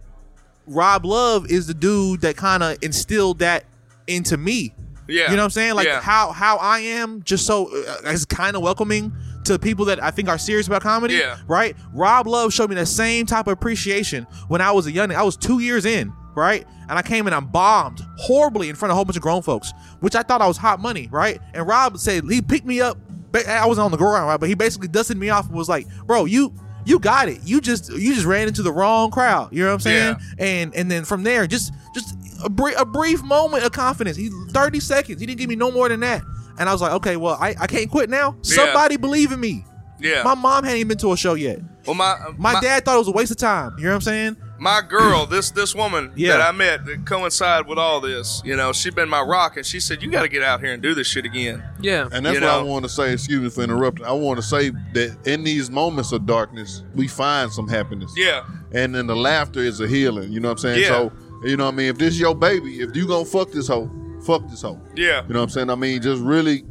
Rob Love is the dude that kind of instilled that into me. Yeah. You know what I'm saying? Like Yeah. how how I am just so uh, it's kind of welcoming to people that I think are serious about comedy, Yeah. right? Rob Love showed me the same type of appreciation when I was a young. I was 2 years in, right? And I came and I bombed horribly in front of a whole bunch of grown folks, which I thought I was hot money, right? And Rob said he picked me up ba- I was on the ground, right? But he basically dusted me off and was like, "Bro, you you got it. You just you just ran into the wrong crowd." You know what I'm saying? And and then from there, just just a, br- a brief moment of confidence. He 30 seconds. He didn't give me no more than that. And I was like, "Okay, well, I, I can't quit now. Yeah. Somebody believe in me." yeah. My mom hadn't even been to a show yet. well, my, My, dad thought it was a waste of time. You know what I'm saying? my girl, this this woman (laughs) Yeah. that I met that coincided with all this, you know, she been my rock, and she said, "You got to get out here and do this shit again." Yeah. and that's You what I know. want to say, excuse me for interrupting. I want to say that in these moments of darkness, we find some happiness. Yeah, And then the laughter is a healing. You know what I'm saying? Yeah. So, you know what I mean? If this your baby, if you gonna fuck this hoe, fuck this hoe. yeah, You know what I'm saying? I mean, just really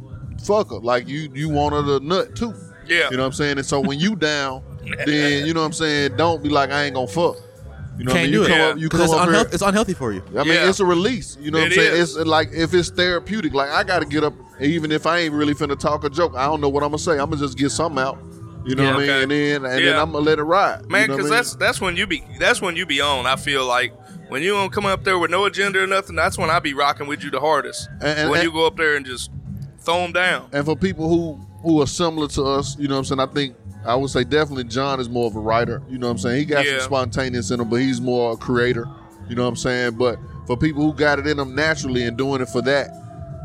fuck her. Like you you want her to nut too. Yeah. You know what I'm saying? And so when you down, then you know what I'm saying, don't be like I ain't gonna fuck. You know what I Can't mean? do you it. come Yeah. up you 'Cause come it's, up unhealth- here. it's unhealthy for you. I mean, Yeah. it's a release. You know what It I'm saying? is. It's uh, like if it's therapeutic, like I gotta get up even if I ain't really finna talk a joke, I don't know what I'm gonna say. I'm gonna just get something out. You know Yeah, what I mean? okay. And then and then Yeah. I'm gonna let it ride. man, you know because what I mean? that's that's when you be that's when you be on. I feel like when you don't come up there with no agenda or nothing, that's when I be rocking with you the hardest. And- and- when and- you go up there and just throw them down. and for people who who are similar to us, you know what I'm saying. I think I would say definitely John is more of a writer. You know what I'm saying. He got Yeah. some spontaneous in him, but he's more a creator. You know what I'm saying. But for people who got it in them naturally and doing it for that,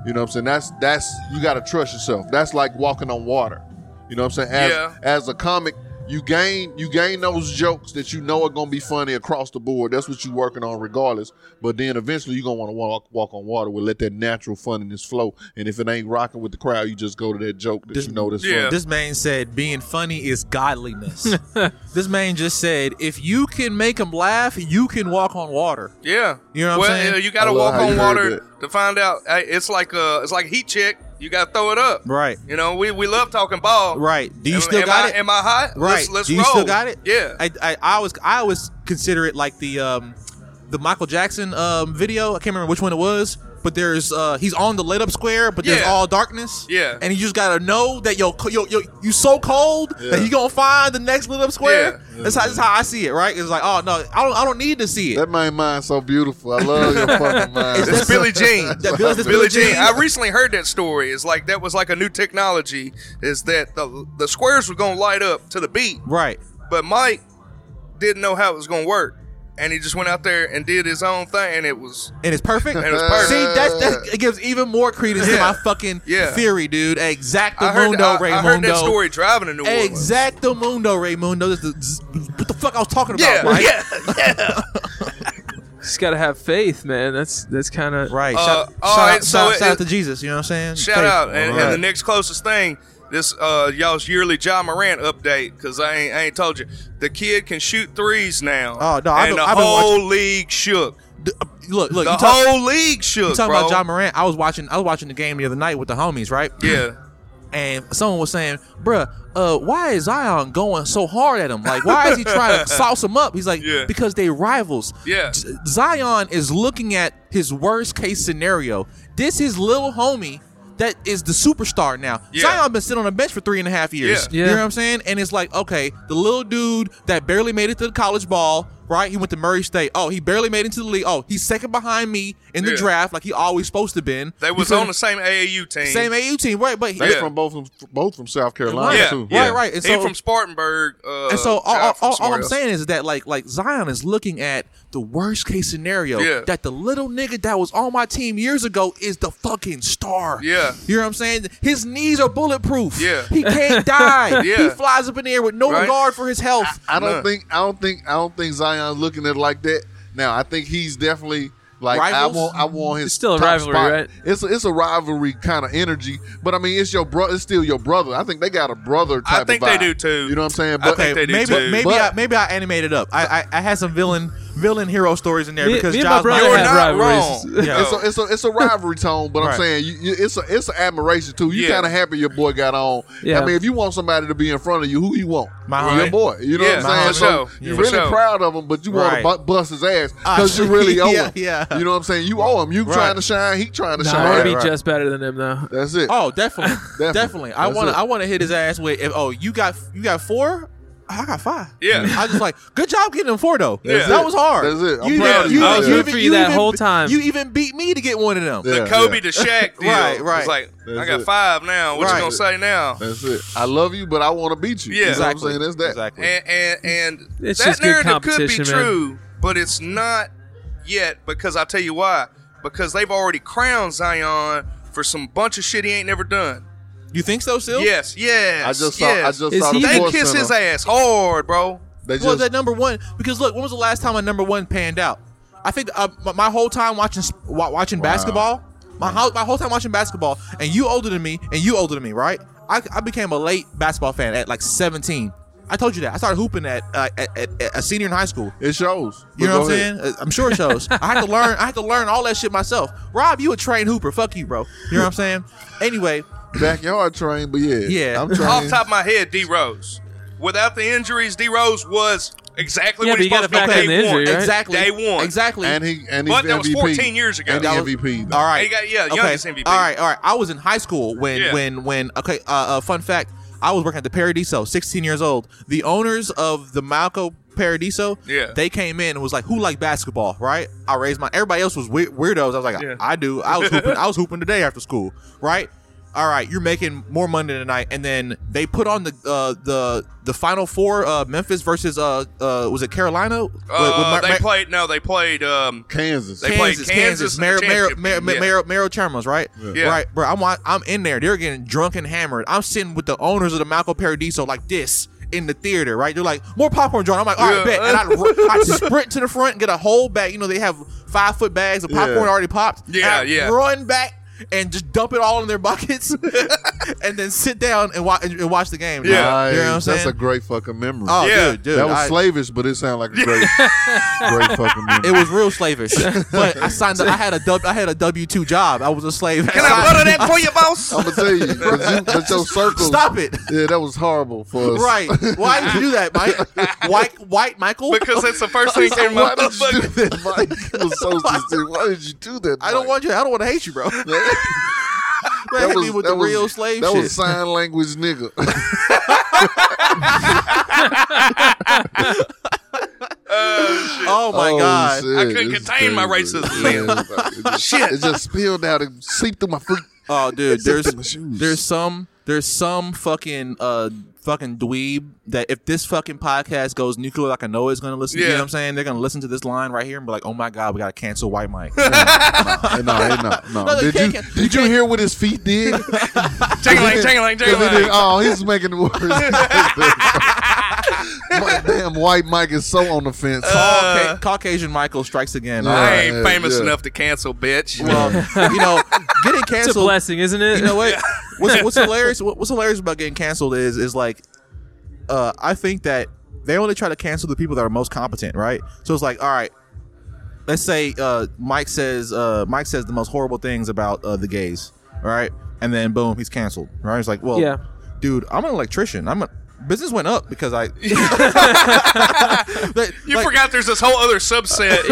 you know what I'm saying. That's that's you got to trust yourself. That's like walking on water. You know what I'm saying. As, Yeah. as a comic. You gain you gain those jokes that you know are gonna be funny across the board. That's what you're working on, regardless. But then eventually you're gonna want to walk walk on water. We'll let that natural funniness flow. And if it ain't rocking with the crowd, you just go to that joke that This- you know that's Yeah. funny. This man said being funny is (laughs) godliness. this man just said if you can make him laugh, you can walk on water. Yeah, You know what I'm well, saying? uh, you got to I walk love how you on heard water that. to find out. Hey, It's like uh, it's like a heat check. You got to throw it up. Right. You know, we, we love talking ball. Right. Do you Am- still am got I- it? Am I hot? Right. Let's, let's Do you roll. still got it? Yeah. I, I, I always I always consider it like the um the Michael Jackson um video. I can't remember which one it was, but there's uh he's on the lit up square, but there's Yeah. all darkness. Yeah. And you just gotta know that yo yo yo you so cold that you gonna find the next lit up square. That's how that's how I see it, right? It's like, oh no, I don't I don't need to see it. That man mind so beautiful. I love your fucking mind. It's Billy Jean. (laughs) That Billy- that's Billy Billie Jean. Jean. I recently heard that story. It's like that was like a new technology. Is that the the squares were gonna light up to the beat, right. but Mike didn't know how it was gonna work, and he just went out there and did his own thing, and it was and it's perfect. (laughs) And it's perfect. See, that's, that it gives even more credence to my fucking Yeah. theory, dude. Exacto I heard mundo, I, Raymundo. I heard that story driving to New Orleans. Exacto (laughs) mundo, Raymundo. This is what the fuck I was talking about, Yeah, right? yeah, yeah. just got to have faith, man. That's that's kind of Right. Uh, shout all shout, right, out, so shout, it- shout out it- to Jesus. You know what I'm saying? Shout Faith. out. And, All and the right. next closest thing, this uh y'all's yearly John Morant update, because I ain't I ain't told you. The kid can shoot threes now. Oh, no, and I've been- the I've been whole league shook. D- uh, look, look. the you talk- whole league shook. you talking bro. about John Morant? I was watching. I was watching the game the other night with the homies, right? Yeah. and someone was saying, "Bruh, uh, why is Zion going so hard at him? Like, why is (laughs) he trying to sauce him up?" He's like, Yeah. "Because they rivals." Yeah. Z- Zion is looking at his worst case scenario. This is little homie that is the superstar now. Yeah. Zion been sitting on the bench for three and a half years. Yeah. You Yeah. know what I'm saying? And it's like, okay, the little dude that barely made it to the college ball. Right, he went to Murray State. Oh, he barely made it to the league. Oh, he's second behind me in the Yeah. draft, like he always supposed to been. They You was feel on me? the same AAU team. same AU team, right? But he- They Yeah. from both from both from South Carolina yeah, too. yeah. Right, right. And he so- from Spartanburg. Uh, And so all, John all, from all, all somewhere I'm else. saying is that like like Zion is looking at the worst case scenario Yeah. that the little nigga that was on my team years ago is the fucking star. Yeah. You know what I'm saying? His knees are bulletproof. Yeah. He can't die. (laughs) Yeah. He flies up in the air with no Right. regard for his health. I don't Look. think I don't think I don't think Zion's looking at it like that. Now I think he's definitely like Rivals? I want I want his It's still a top rivalry, spot. right? It's a, it's a rivalry kind of energy, but I mean it's your brother. It's still your brother. I think they got a brother type. I think of they vibe. do, too. You know what I'm saying? I think they do, maybe too. maybe But- I maybe I animated up. I, I I had some villain villain hero stories in there Me- because me and my Giles brother You're had not (laughs) rivalries. wrong. Yeah. It's a, it's a it's a rivalry tone, but I'm Right. saying you, you, it's a it's an admiration too. You Yeah. kind of happy your boy got on. Yeah. I mean, if you want somebody to be in front of you, who you want? My your homie. boy. You know Yeah, what my I'm saying? homie. So For sure. you're For really sure. proud of him, but you Right. Ah, want to bu- bust (laughs) his ass because you really owe Yeah, him. yeah. You know what I'm saying? You owe him. You Right. trying to shine, he trying to Nah, I shine. want to be Right. just better than him, though. That's it. Oh, definitely, (laughs) Definitely. definitely. I That's want it. to. I want to hit his ass with. If, oh, you got you got four. I got five. Yeah. I was just like, good job getting him four though. That's that it. was hard. That's it. I'm you proud of you. I was good for you that whole time. You even beat me to get one of them. Yeah, the Kobe yeah. to (laughs) Shaq deal. Right, right. It's like I That's got it. five now. What Right. you gonna say now? That's it. I love you, but I want to beat you. Yeah. You know what I'm Exactly. saying? That's that. Exactly. And and, and It's that just good narrative could be competition, man. true, but it's not yet because I'll tell you why. Because they've already crowned Zion for some bunch of shit he ain't never done. you think so, still? Yes, yes. I just saw. yes. I just Is saw he- the they Sports kiss Center. his ass hard, bro. They just Well, that number one because look, when was the last time a number one panned out? I think uh, my- my whole time watching sp- wa- watching basketball, my whole, my whole time watching basketball, and you older than me, and you older than me, right? I, I became a late basketball fan at like 17. I told you that I started hooping at uh, at, at, at a senior in high school. it shows. You But know go what I'm ahead. saying? Uh, I'm sure it shows. I (laughs) had to learn. I had to learn all that shit myself. Rob, you a trained hooper? Fuck you, bro. You know what I'm saying? Anyway, Backyard train, but yeah, Yeah. I'm trying. Off the top of my head, D Rose. Without the injuries, D Rose was exactly Yeah, what but he's you gotta supposed to factor be. in Day the one. injury, right? exactly. Day one. Exactly. and he and he's But the that was MVP. 14 years ago. And the That was- MVP. All right. He got- yeah, youngest MVP. All right, all right. I was in high school when Yeah. when when okay, uh, uh fun fact, I was working at the Paradiso, 16 years old. The owners of the Malco Paradiso, Yeah. they came in and was like, "Who like basketball?" Right? I raised my everybody else was weir- weirdos. I was like, Yeah. "I do. I was hooping. I was hooping today after school." Right? All right, you're making more money tonight, and then they put on the uh, the the final four uh, Memphis versus uh, uh was it Carolina? With- with Uh, Mar- they Mar- played. No, they played. Um, Kansas. They played Kansas in the Mar- Mar- championship Mar- game, yeah. Mar- Mar- Termos, right? Yeah. Right, bro. I'm wa- I'm in there. They're getting drunk and hammered. I'm sitting with the owners of the Malco Paradiso like this in the theater, right? They're like, more popcorn, John. I'm like, all right, Yeah. bet. And I, ru- I (laughs) sprint to the front and get a whole bag. You know, they have five foot bags of popcorn Yeah. already popped. Yeah, And I yeah. Run back. And just dump it all in (laughs) their buckets, (laughs) and then sit down and watch and watch the game. dog. Yeah. you know what I'm Nice. saying. that's a great fucking memory. oh, Yeah. dude, dude, that was I- slavish, but it sounded like a (laughs) great, great fucking memory. It was real (laughs) slavish, but I signed. Up, I had a W. I had a W two job. I was a slave. Can I butter that for you, boss? (laughs) I'm gonna tell you, but, you, but your circles. Stop it! Yeah, that was horrible for us. (laughs) Right? Why did you do that, Mike? White, white Michael? because that's the first thing that came Why up. did you do that, Mike? It was so sincere. Why did you do that? I don't Mike? want you. I don't want to hate you, bro. Man, (laughs) that. hit me with the real slave That shit. was sign language, nigga. oh (laughs) my Oh, god! shit, I couldn't it's contain my dangerous. racism, Yeah, (laughs) it just- Shit. It just spilled out and seeped through my feet. Oh, dude, in my there's shoes. there's some there's some fucking uh fucking dweeb that if this fucking podcast goes nuclear, like I know it's gonna listen. You know Yeah. what I'm saying? They're gonna listen to this line right here and be like, "Oh my god, we gotta cancel White Mike." (laughs) No, no, no. No, you did you can't- you did you can't- hear what his (laughs) feet did? Jingling, jingling, Because oh, it is- jingling. (laughs) (laughs) Oh, he's making it worse. Wh- Damn, white Mike is so on the fence. Cauca- Caucasian Michael strikes again. All I right. ain't yeah, famous yeah. enough to cancel, bitch. Well, you know, It's getting a canceled. blessing, isn't it? You know what? (laughs) What's, what's hilarious? What, what's hilarious about getting canceled is is like, uh, I think that they only try to cancel the people that are most competent, right? So it's like, all right, let's say uh, Mike says uh, Mike says the most horrible things about uh, the gays, right? And then boom, he's canceled, right? It's like, well, Yeah. dude, I'm an electrician. I'm a business went up because (laughs) I. (laughs) you forgot there's this whole other (laughs) subset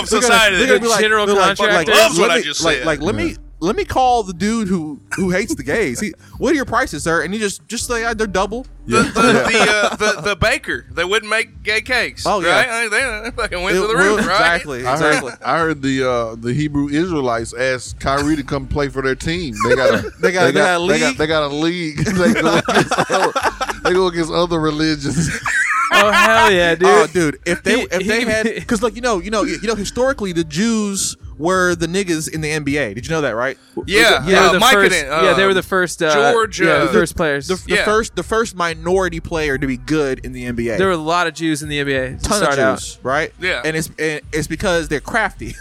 of society. They're gonna be General they're contractor. Loves what let I me- just like, said. Mm. Like, let me let me call the dude who who hates the gays. He, what are your prices, sir? And you just just say "Ah, they're double. the, (laughs) the, the, uh, the, the baker that wouldn't make gay cakes. Oh, yeah. right? Like, They, they fucking went It to the will- roof, right? Exactly, I (laughs) exactly. heard, I heard the uh, the Hebrew Israelites asked Kyrie to come play for their team. They got a (laughs) They got- they got a they league? got, they got a league. (laughs) they, go against, other- they go against other religions. (laughs) oh hell yeah, dude! Oh, dude, if they He- if they he- (laughs) had because like you know you know you know historically the Jews were the niggas in the NBA. Did you know that, right? Yeah, yeah, uh, the Mike first, and, uh, yeah, they were the first. Uh, Georgia. yeah, the first players. Um, The, the Yeah. first the first minority player to be good in the NBA. there were a lot of Jews in the NBA. To ton of start out. Jews, right? Yeah. and it's and it's because they're crafty.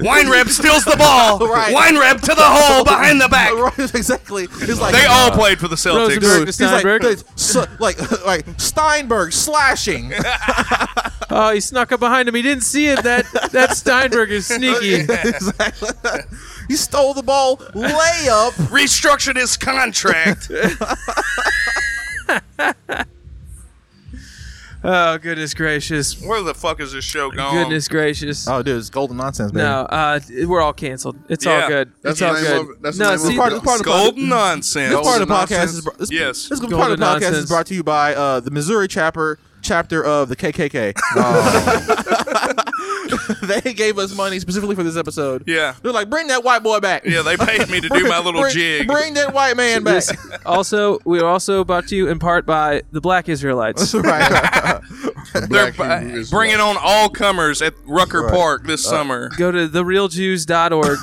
Wine Reb steals (laughs) the ball. Right. Wine Reb to the hole Oh, behind the back. (laughs) Right, exactly. It's like They all played for the Celtics. Rosenberg. Dude, he's like- Steinberg. he's so- Like, (laughs) like, (laughs) Steinberg slashing. (laughs) Oh, he snuck up behind him. He didn't see him. That (laughs) that Steinberg is sneaky. Exactly. he stole the ball, layup. Restructured his (laughs) contract. Oh goodness gracious! Where the fuck is this show Um, going? Goodness gracious! (laughs) Oh, dude, it's golden nonsense, man. No, uh, we're all canceled. It's Yeah. all good. That's it's the all name good. of it. That's the no, name of see, it. Part of- part of the Golden nonsense. This part of the Golden podcast nonsense? is bro- this, Yes. This part of Golden the podcast is nonsense. brought to you by uh, the Missouri chapter chapter of the (laughs) KKK. Uh, (laughs) they gave us money specifically for this episode. Yeah. they're like, bring that white boy (laughs) back. Yeah, they paid me to do my little bring, jig. Bring that (laughs) white man back. Yes. (laughs) (laughs) also, we are also brought to you in part by the Black (laughs) Israelites. right. They're Black Hebrew b- Israelites. bringing on all comers at Rucker Park this summer. Go to (laughs) therealjews.org.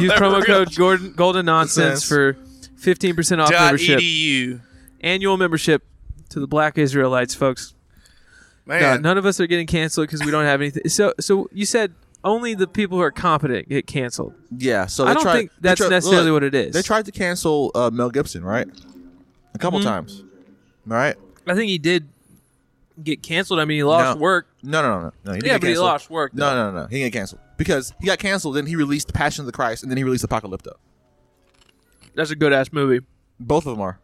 Use promo code Gordon, Golden Nonsense for 15% off Dot E membership. E edu. Annual membership to the Black Israelites, folks. No, Man, none of us are getting canceled because we don't have anything. So, so you said only the people who are competent get canceled. Yeah, so I they don't tried- think they that's tried- necessarily look, what it is. They tried to cancel uh, Mel Gibson, right? A couple Mm-hmm. times. All right. I think he did get canceled. I mean, he lost No. work. No, no, no, no. no he didn't Yeah, get but he canceled. lost work, No, no, no, no. He didn't get canceled because he got canceled. Then he released The Passion of the Christ, and then he released Apocalypto. That's a good ass movie. Both of them are.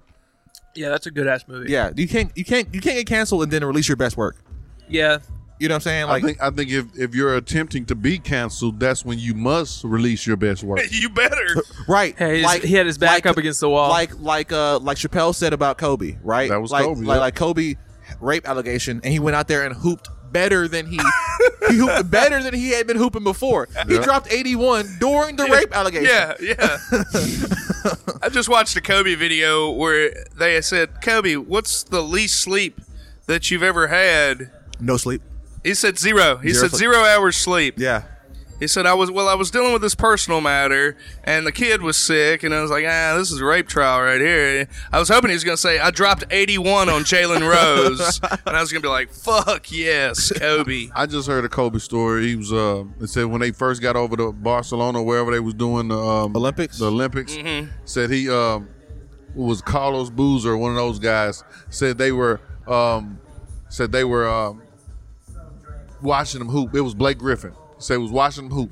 Yeah, that's a good ass movie. Yeah, you can't, you can't, you can't get canceled and then release your best work. yeah. You know what I'm saying? I Like, think I think if, if you're attempting to be canceled, that's when you must release your best work. (laughs) you better. right? Hey, he's- like he had his back like- up against the wall. Like, like, uh, like Chappelle said about Kobe, right? That was like, Kobe, Like, yeah. like Kobe rape allegation, and he went out there and hooped better than he, (laughs) he hooped better than he had been hooping before. He Yeah. dropped 81 during the rape allegation. Yeah, yeah. I just watched a Kobe video where they said, Kobe, what's the least sleep that you've ever had? No sleep. He said zero. He Zero said sleep. zero hours sleep. Yeah. He said I was well, I was dealing with this personal matter, and the kid was sick, and I was like, ah, this is a rape trial right here. I was hoping he was gonna say I dropped 81 on Jalen (laughs) Rose, and I was gonna be like, fuck yes, Kobe. I just heard a Kobe story. He was uh, it said when they first got over to Barcelona, wherever they was doing the um, Olympics? (laughs) the Olympics, said he um, was Carlos Boozer, one of those guys. Said they were um, said they were um, watching him hoop. It was Blake Griffin. Said he was watching him hoop.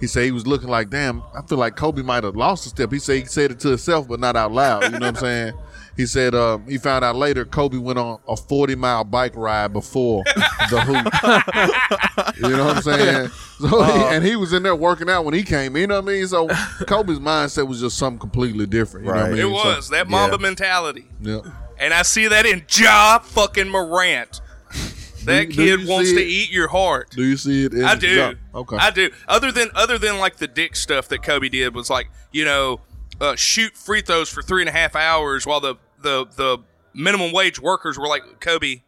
He said he was looking like, damn, I feel like Kobe might have lost a step. He said he said it to himself, but not out loud. You know what I'm saying? He said um, he found out later Kobe went on a 40 mile bike ride before the hoop. you know what I'm saying? So he- and he was in there working out when he came. You know what I mean? So Kobe's mindset was just something completely different. You know what I Right. It mean? So- was that Mamba mentality, yeah. and I see that in Ja fucking (laughs) Morant. That Do you- do kid you wants see to it? eat your heart. Do you see it? In, I do. Yeah. Okay. I do. Other than other than like the dick stuff that Kobe did was like you know uh, shoot free throws for three and a half hours while the the the minimum wage workers were like Kobe.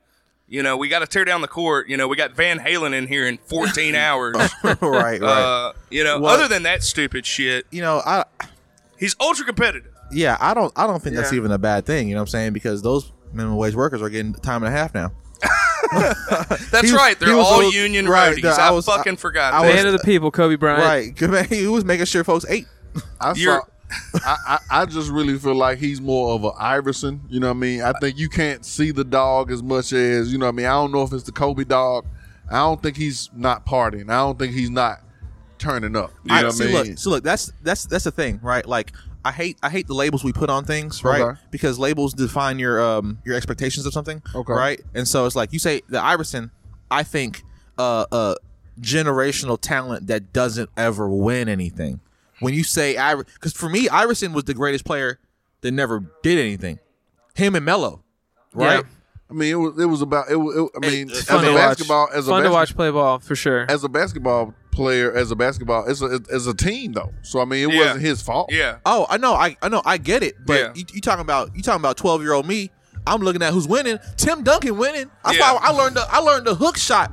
You know, we got to tear down the court. You know, we got Van Halen in here in (laughs) 14 hours. right. Right. Uh, you know, Well- other than that stupid shit, you know, I he's ultra competitive. yeah, I don't I don't think that's Yeah. even a bad thing. You know what I'm saying? Because those minimum wage workers are getting time and a half now. That's He- right. They're he was all a little- union right, roadies. the- I, I was- fucking I- forgot. I that. was- Man of the people, Kobe Bryant. Right. (laughs) Man, he was making sure folks ate. I saw, You're- (laughs) I, I I just really feel like he's more of an Iverson. You know what I mean? I think you can't see the dog as much as you know what I mean. I don't know if it's the Kobe dog. I don't think he's not partying. I don't think he's not turning up. You I, know what see, I mean? look, so look, that's that's that's the thing, right? Like, I hate I hate the labels we put on things, right? Okay. Because labels define your um your expectations of something, Okay. right? And so it's like you say the Iverson, I think uh uh generational talent that doesn't ever win anything. When you say Iverson, because for me Iverson was the greatest player that never did anything. Him and Melo, right? I mean, it was it was about it. Was, it I mean, it's as uh, fun a to watch. basketball, as a Fun to basket- watch play ball for sure. as a basketball player, as a basketball, as a as a team though. So I mean, it Yeah. wasn't his fault. yeah. Oh, I know, I I know, I get it. But Yeah. you, you talking about you talking about twelve year old me? I'm looking at who's winning. Tim Duncan winning. That's Yeah. why I learned the, I learned the hook shot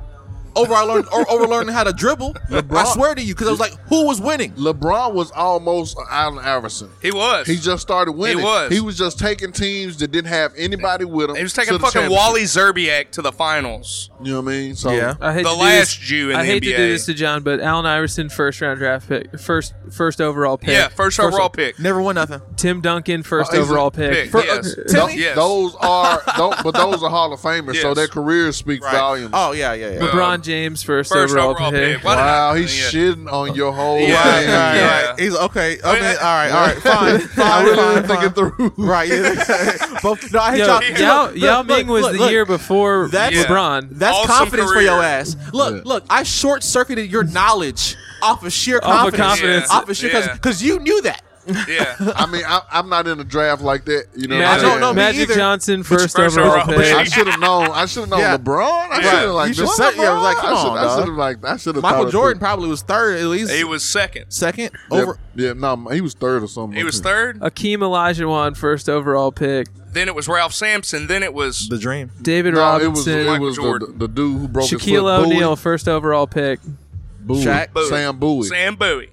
over I learned or, over learning how (laughs) to dribble. I swear to you, because I was like, who was winning? LeBron was almost an Allen Iverson. He was. He just started winning. was. He was just taking teams that didn't have anybody with him. He was to taking the fucking championship. Wally Zerbiak to the finals. You know what I mean? So uh, Yeah. I hate The to do last this- Jew in I the hate to NBA. do this to John, but Allen Iverson, first round draft pick, first first overall pick. Yeah, first overall pick. Never won nothing. Tim Duncan, first Oh, he's a overall pick. pick, For- yes. uh, Tho- Timmy? Yes. those are, tho- (laughs) but those are Hall of Famers, so Yes. their careers speak Right. volumes. Oh yeah, yeah, yeah. LeBron James, first, First overall, overall pick. pick. Why did I- wow, he's yeah. shitting on your whole Yeah. thing. Yeah. All right, all right. He's okay. I mean, all right, all right, fine, I fine, really fine, didn't think fine. it through. Right, yeah. (laughs) Both, no, I hate Yo, y'all. Yao, Look, Yao look, Ming look, was look, the look. year before That's- Yeah. LeBron. That's Awesome confidence for your career. ass. Look, look, I short circuited your knowledge off of sheer Off of confidence. confidence. Off of sheer Yeah. confidence. Because you knew that. (laughs) Yeah. I mean, I, I'm not in a draft like that. You know, I Magic, don't know me Magic either. Johnson, first, first overall, overall pick. pick. I should have known. I should have known Yeah. LeBron. I should have like, You should "This say- yeah, I was like, come I should- on, I dog." should have like, I should have. Michael Jordan probably was third at least. He was second. second Over. over. Yeah, no, he was third or something. He was third. Akeem Olajuwon, first overall pick. Then it was Ralph Sampson. Then it was The dream. David No, it was, Robinson. it was the, Jordan. the dude who broke his Shaquille foot. Bowie. O'Neal, first overall pick. Bowie. Shaq. Bowie. Sam Bowie. Sam Bowie.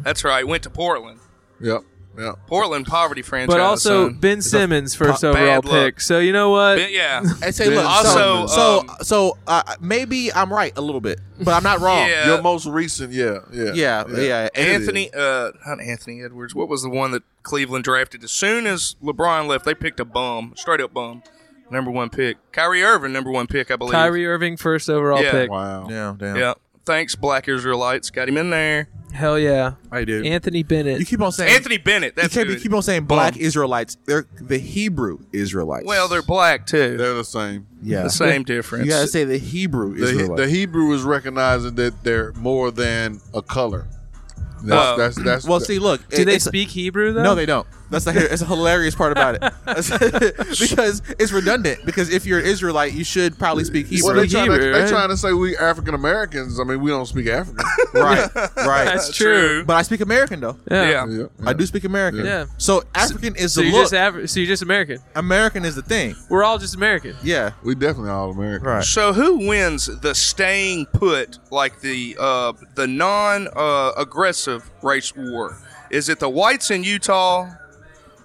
That's right. Went to Portland. Yep. Yep. Portland poverty franchise. But also son. Ben Simmons, first overall bad luck. pick. So you know what? Ben- (laughs) yeah. I say, look, Also, so, um, so, so uh, maybe I'm right a little bit, but I'm not wrong. Yeah. Your most recent, yeah, yeah, Yeah, yeah. and it Anthony, uh, not Anthony Edwards. What was the one that Cleveland drafted? As soon as LeBron left, they picked a bum, straight up bum, number one pick. Kyrie Irving, number one pick, I believe. Kyrie Irving, first overall Yeah. pick. Wow. is. Yeah, damn. Yeah. Thanks, Black Israelites. Got him in there. Hell yeah. I do. Anthony Bennett. You keep on saying Anthony Bennett. You That's keep, you good. keep on saying black Israelites. They're the Hebrew Israelites. Well, they're black too. They're the same. yeah. the same difference. You gotta say the Hebrew The, He- Israelites. the Hebrew is recognizing that they're more than a color. That's Well- that's, that's well, see, look, Do it- they it's- speak Hebrew though? No, they don't. That's the it's a hilarious part about (laughs) it (laughs) because it's redundant. Because if you're an Israelite, you should probably speak Well, Hebrew. (laughs) they're Hebrew, trying, to, they're right? trying to say we African Americans. I mean, we don't speak African. right, right. That's true. But I speak American though. Yeah. Yeah. yeah. I do speak American. Yeah. So African is So the you're look. just Afri- so you're just American. American is the thing. We're all just American. Yeah. We definitely all American. Right. So who wins the staying put, like the uh, the non uh, aggressive race war? Is it the whites in Utah,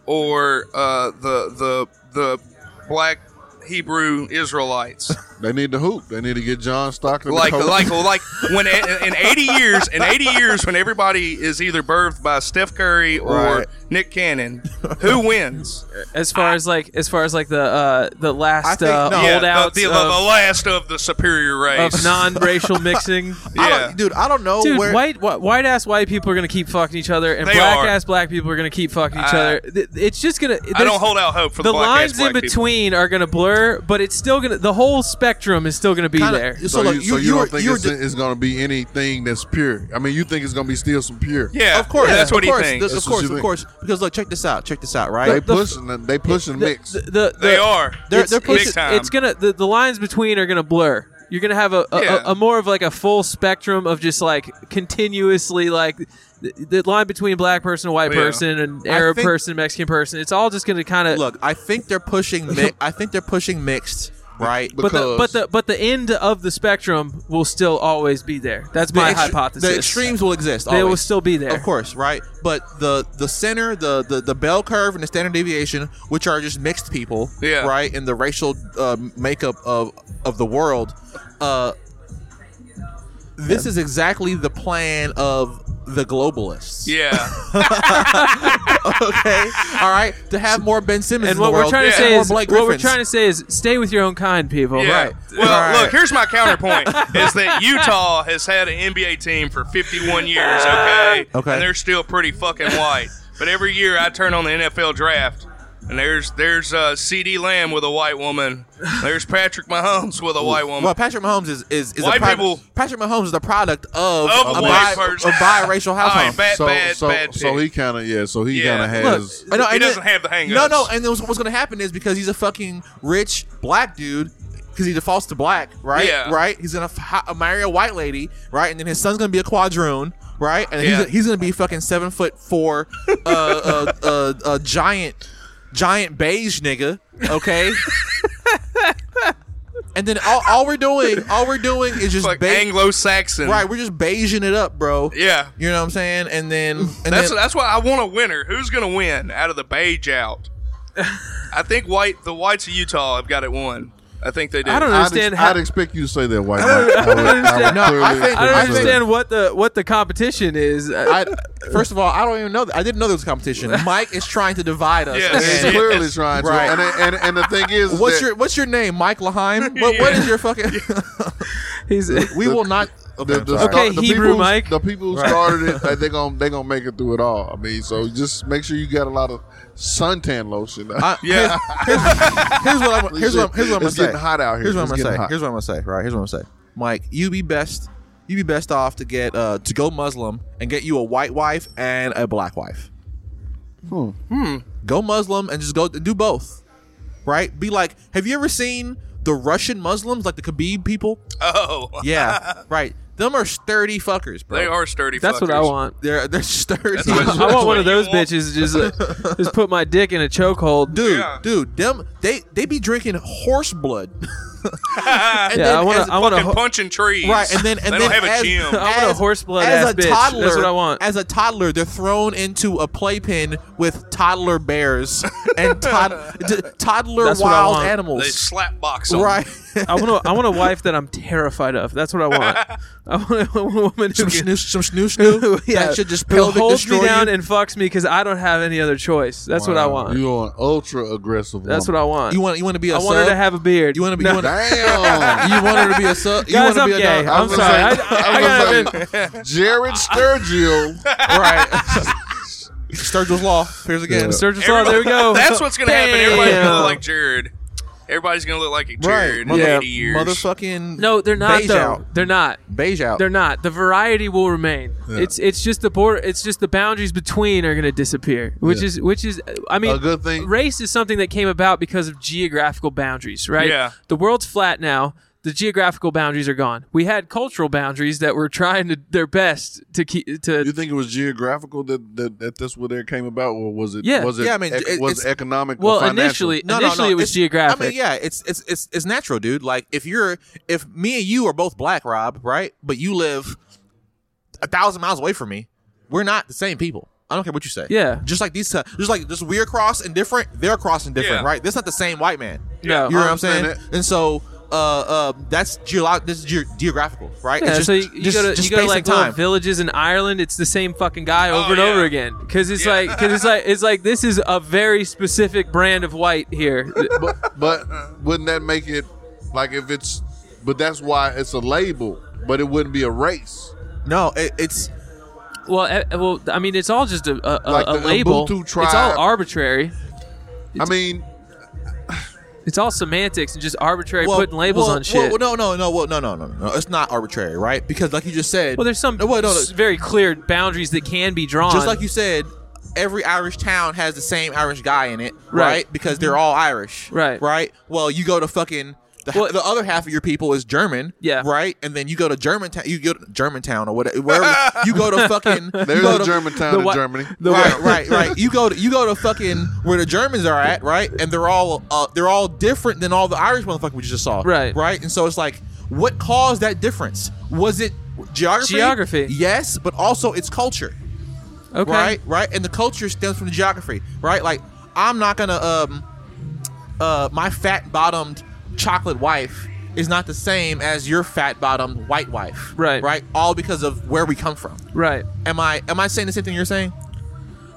or uh, the the the black Hebrew Israelites? (laughs) They need to hoop. They need to get John Stockton. to like coach. (laughs) like like when in eighty years in eighty years when everybody is either birthed by Steph Curry or Right. Nick Cannon, who wins? As far as like as far as like the uh the last think- uh, no. Yeah, the, holdouts the, the of, last of the superior race. (laughs) of non-racial mixing. I yeah. don't, dude, I don't know Dude, where. white white white ass white people are gonna keep fucking each other, and They black are. ass black people are gonna keep fucking each I- other. Th- It's just gonna. I there's- don't hold out hope for the, the black lines ass black in between are gonna blur, but it's still gonna. The whole spectrum is still gonna be kinda- there. So, you, so you, were- don't think you were it's, di- it's going to be anything that's pure? I mean, you think it's going to be still some pure? People. Yeah, of course, that's of what course, he thinks. this- That's Of what you course, of think. course. Because look, check this out. Check this out. Right. They the- pushing. The, they pushing The- mix. The, the, they the- are. They're- it's, they're it's- big time. it's gonna the, the lines between are gonna blur. You're gonna have a a, Yeah. a a more of like a full spectrum of just like continuously like the, the line between black person, white Oh, Yeah. person, and Arab think- person, Mexican person. It's all just gonna kind of (laughs) look, I think they're pushing. Mi- I think they're pushing mixed right? But Because- but the but the end of the spectrum will still always be there. That's my ext- hypothesis. The extremes will exist. They will always. still be there. of course, right? But the the center, the, the the bell curve, and the standard deviation, which are just mixed people, Yeah. right, and the racial uh, makeup of of the world. Uh, this is exactly the plan of the globalists. (laughs) Yeah. Okay. (laughs) All right. To have more Ben Simmons And in the what we're world, trying to and say more is Blake what we're Griffins. trying to say is stay with your own kind, people. yeah. Oh, Right. Well, Right. look, here's my (laughs) counterpoint is that Utah has had an NBA team for 51 years, okay? Okay. And they're still pretty fucking white. But every year I turn on the NFL draft and there's there's uh, CD Lamb with a white woman. There's Patrick Mahomes with a white woman. Well, Patrick Mahomes is is, is White a product, people- Patrick Mahomes is the product of, Of a a, white bi- person. a (laughs) biracial All right, household. bad, so, bad, so, bad. so pick. he kind of yeah. So he Yeah. kind of has. I know, He and doesn't then- have the hang-ups. No, no, and then what's, what's going to happen is because he's a fucking rich black dude, because he defaults to black, right? Yeah. Right. He's gonna f- h- marry a white lady, right? And then his son's gonna be a quadroon, right? And Yeah. he's, he's gonna be fucking seven foot four, uh, uh, uh, uh, giant, giant beige nigga, (laughs) okay. And then all, all we're doing, all we're doing is just like ba- Anglo-Saxon. right. We're just beiging it up, bro. Yeah. You know what I'm saying? And then and That's then, that's why I want a winner. Who's gonna win out of the beige out? I think white the whites of Utah have got it won. I think they do. I don't I'd, understand ex- how. I'd expect you to say (laughs) that white. I would- I would No, (laughs) I clearly (laughs) think- I don't say that. understand what the what the competition is. Uh, I, I, first of all, I don't even know. That. I didn't know there was a competition. Mike is trying to divide us. Yes. He's again. Yeah. clearly trying to. Right. And, and and the thing is, is What's that your What's your name, Mike (laughs) Laheim? What, what is your fucking? (laughs) he's we will not. Okay, the, I'm the sorry. start- Okay, the Hebrew people who- Mike. The people who started it, like, they're gonna they're gonna make it through it all. I mean, so just make sure you got a lot of suntan lotion. (laughs) I- Yeah. Here's, here's what I'm. Here's what, I'm- here's what I'm gonna It's say. getting hot out here. Here's what I'm It's gonna say. getting hot. Here's what I'm gonna say. Right. Here's what I'm gonna say. Mike, you be best. You be best off to get uh, to go Muslim and get you a white wife and a black wife. Hmm. Go Muslim and just go do both. Right. Be like. Have you ever seen the Russian Muslims, like the Khabib people? oh, Yeah, right. Them are sturdy fuckers, bro. they are sturdy. that's what I fuckers. (laughs) want. They're they're sturdy. That's what- I want one what of those you want. bitches to just uh, (laughs) just put my dick in a chokehold. dude, Yeah. dude, them they they be drinking horse (laughs) blood. And yeah, I then want as- to. I want Ah, Fucking to. punching trees. Right, and then and they then don't have as, a gym. I want a horse blood ass bitch. That's what I want. As a toddler, they're thrown into a playpen with toddler bears (laughs) and tod- d- toddler That's what I wild want. They animals. slap box them. Right. (laughs) I want. to. I want a wife that I'm terrified of. That's what I (laughs) want. I want a, woman who some can- snoo some snoo snoo. (laughs) yeah, That should just who pelvic holds destroy me down you. and fucks me because I don't have any other choice. That's what I want. You are an ultra aggressive. That's what I want. you want you want to be a I want her sub? to have a beard. you want to be No, you want (laughs) Damn. you want her to be a sub you guys, wanna I'm be a gay. dog- I'm was sorry. I, gonna I, I got was gonna say, Jared (laughs) Sturgill. (laughs) right. Sturgill's Law. Here's again. Surgeon's Law. There we (laughs) go. That's what's gonna happen. Everybody's gonna Damn. look like Jared. Everybody's gonna look like Jared Mother- in Yeah. 80 years. (laughs) Motherfucking. No, they're not Beige though. out. They're not. Beige out. They're not. The variety will remain. It's it's just the border. It's just the boundaries between are going to disappear. Which is which is. I mean, A good thing- Race is something that came about because of geographical boundaries, right? Yeah. The world's flat now. The geographical boundaries are gone. We had cultural boundaries that were trying to their best to keep to You think it was geographical that that, that that's where it came about, or was it? Yeah. Was it? Yeah, I mean, ec- it- was it's- it economic? or Well, financial? initially- Initially, it was It's- geographic. I mean, yeah, it's it's it's it's natural, dude. Like if you're if me and you are both black, Rob, right? But you live a thousand miles away from me, we're not the same people. I don't care what you say. Yeah. just like these, uh, just like just we're cross and different. They're cross and different, Yeah. right? This not the same white man. No. you know what I'm saying. understand And so. Uh, uh, that's geolo- this is ge- geographical, right? Yeah, It's just- so you, you just- go to just you go to space like and little time. villages in Ireland. It's the same fucking guy over Oh, and over yeah. again because it's like because it's like it's like this is a very specific brand of white (laughs) here. But, but wouldn't that make it like if it's? But that's why it's a label, but it wouldn't be a race. No, it, it's well, eh, well, I mean, it's all just a, a, a- Like a the label. Ubuntu It's tribe. all arbitrary. I mean, It's all semantics and just arbitrary putting labels well, on shit. Well, no, no, no, well, no, no, no, no, no. It's not arbitrary, right? Because like you just said, Well, there's some No, well, no, no. s- very clear boundaries that can be drawn. just like you said, every Irish town has the same Irish guy in it, right? Right. Because they're all Irish, Right. Right. Well, you go to fucking The, Well- the other half of your people is German, Yeah. right. And then you go to Germantown, you go to Germantown or (laughs) whatever. Wherever, you go to fucking There's you go a to- Germantown in whi- Germany. the whi- right, right, right. You go to you go to fucking where the Germans are at, right? And they're all uh, they're all different than all the Irish motherfuckers we just saw, Right. Right. And so it's like, what caused that difference? Was it geography? Geography. yes, but also it's culture, Okay. right? Right. And the culture stems from the geography, right? Like I'm not gonna um uh my fat bottomed chocolate wife is not the same as your fat bottomed white wife, Right. Right. All because of where we come from. Right. Am I am I saying the same thing you're saying?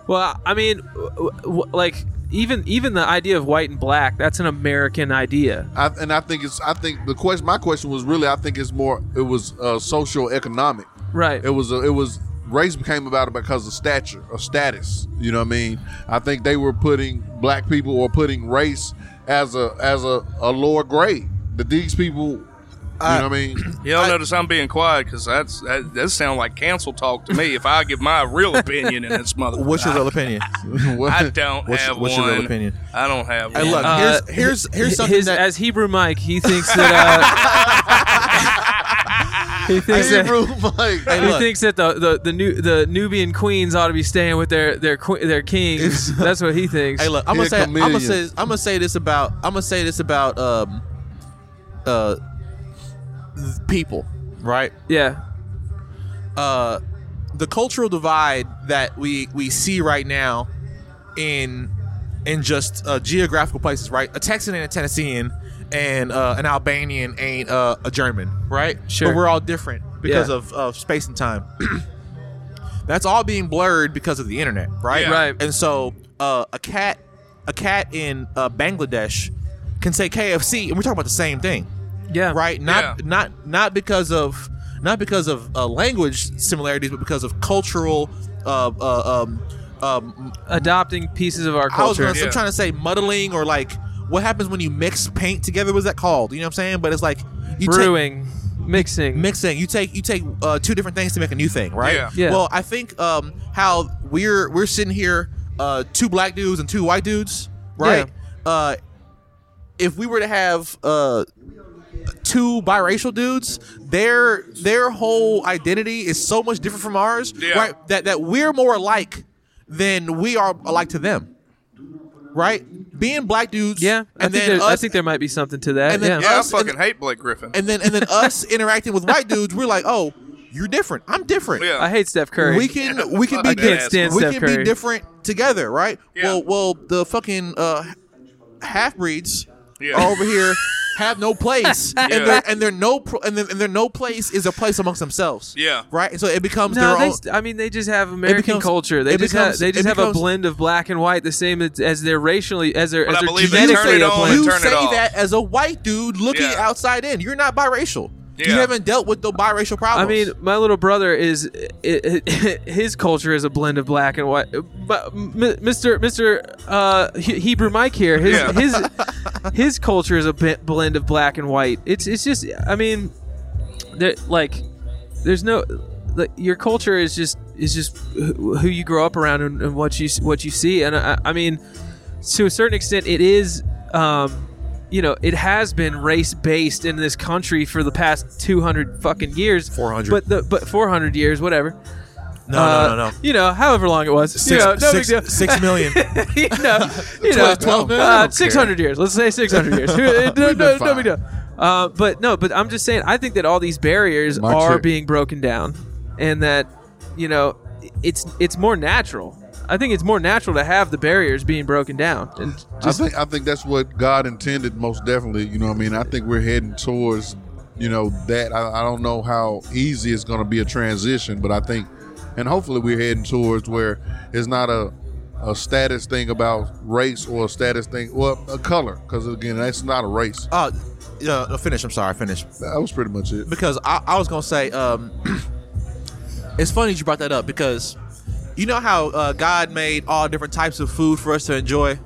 Well, I mean, w- w- like even even the idea of white and black, that's an American idea. I, and I think it's. I think the question. My question was really. I think it's more. It was uh, social economic. Right. It was. A, it was. Race became about it because of stature, of status. You know what I mean? I think they were putting black people or putting race as a as a, a lower grade. That these people. you know what I mean? (laughs) Y'all notice I'm being quiet because that's that, that sound like cancel talk to me. if I give my real opinion in this mother, What's your real (laughs) opinion? (laughs) I don't what's- have what's your one. real opinion? I don't have Hey, one. look, Uh, here's here's here's His- something his- that as Hebrew Mike, he thinks that uh, (laughs) he thinks that. Hebrew (laughs) Mike. Hey, He look. thinks that the the the, new, the Nubian queens ought to be staying with their their que- their (laughs) kings. That's what he thinks. Hey, look, I'm gonna He's a say I'm gonna chameleon. say I'm gonna say this about I'm gonna say this about um uh th- people, right? Yeah, Uh the cultural divide that we we see right now in in just uh, geographical places, right? A Texan and a Tennessean and uh, an Albanian ain't uh, a German, right? Sure. But we're all different because Yeah. of, of space and time. (clears throat) That's all being blurred because of the internet, right? Yeah. Right. And so uh, a cat a cat in uh, Bangladesh can say KFC and we're talking about the same thing yeah, (laughs) right not Yeah. not not because of not because of uh, language similarities but because of cultural uh, uh, um, um, Adopting pieces of our I was culture. gonna, I'm Yeah. trying to say muddling or like what happens when you mix paint together what's that called you know what I'm saying but it's like you take- brewing, mixing. mixing. You take you take uh, two different things to make a new thing, right? Mm-hmm. Yeah. Yeah. Well, I think um, how we're we're sitting here, uh, two black dudes and two white dudes, right? Uh, if we were to have uh, two biracial dudes, their their whole identity is so much different from ours, Yeah. right? That that we're more alike than we are alike to them. Right, being black dudes, yeah, and I think, then there, I us- think there might be something to that. and then yeah. yeah, I us and- fucking hate Blake Griffin. and then and then (laughs) us interacting with white dudes, we're like, oh, you're different. I'm different. yeah, I hate Steph Curry. We can we can be I can't stand we Steph can be Curry. different together, right? Yeah. Well, well, the fucking uh, half breeds Yeah. are (laughs) over here have no place, Yeah. and they're and they're no pro- and then and their no place is a place amongst themselves. Yeah. right. And so it becomes No, their they, own. st- I mean, they just have American becomes- culture. They it just have becomes- they just it have becomes- a blend of black and white, the same as, as their racially as their But as I their believe they you turn genetically it a on blend. and you turn it say off. that as a white dude looking Yeah. outside in. You're not biracial. You Yeah. haven't dealt with the biracial I problems. mean, my little brother is i i (laughs) his culture is a blend of black and white. But M- Mr. Mr. Uh, He- Hebrew Mike here, his Yeah. (laughs) his his culture is a bi- blend of black and white. It's it's just I mean, there like there's no like your culture is just is just who who you grow up around and, and what you s- what you see. And I, I mean, to a certain extent, it is. Um, you know, it has been race based in this country for the past 200 fucking years. 400. But the but 400 years, whatever. Oh, no, Uh, no, no, no. You know, however long it was. you know, no big deal. (laughs) six million. you know, you know, Twelve, twelve, man, I uh, don't 600 years. Let's say 600 (laughs) years. no, no, been no, fine. big deal. Uh, but no, but I'm just saying, I think that all these barriers My are check. being broken down, and that you know, it's it's more natural. I think it's more natural to have the barriers being broken down and I just think I think that's what God intended most definitely. You know what I mean? I think we're heading towards, you know, that. I, I don't know how easy it's going to be a transition, but I think, and hopefully we're heading towards where it's not a a status thing about race or a status thing, well, a color, because again, that's not a race. Uh, uh, finish. I'm sorry. Finish. That was pretty much it. because I, I was gonna say, um, (clears throat) it's funny you brought that up because you know how uh, God made all different types of food for us to enjoy.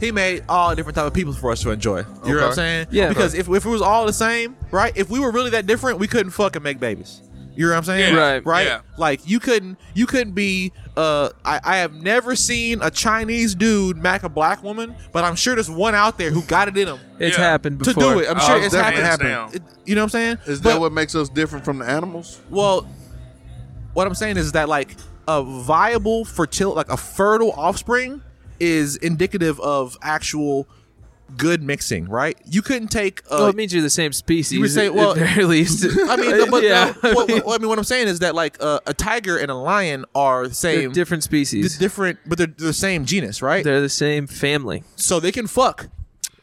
He made all different type of people for us to enjoy. You know what I'm Okay. saying? Yeah. Because if, if it was all the same, right? If we were really that different, we couldn't fucking make babies. You know what I'm saying? Yeah. Right. Right. Yeah. Like you couldn't you couldn't be uh I, I have never seen a Chinese dude mac a black woman, but I'm sure there's one out there who got it in him It's Yeah. happened to before. do it. I'm sure Oh, it's definitely happened. happened. It- you know what I'm saying? Is But- that what makes us different from the animals? well what I'm saying is that like a viable fertile like a fertile offspring is indicative of actual good mixing, right? You couldn't take a, Well, it means you're the same species. would say, at- well, at very least. (laughs) I (laughs) mean, no, but yeah, no, what, what- I mean, what I'm saying is that like uh, a tiger and a lion are the They're same, different species. di- different, but they're the same genus, right? They're the same family. so they can fuck.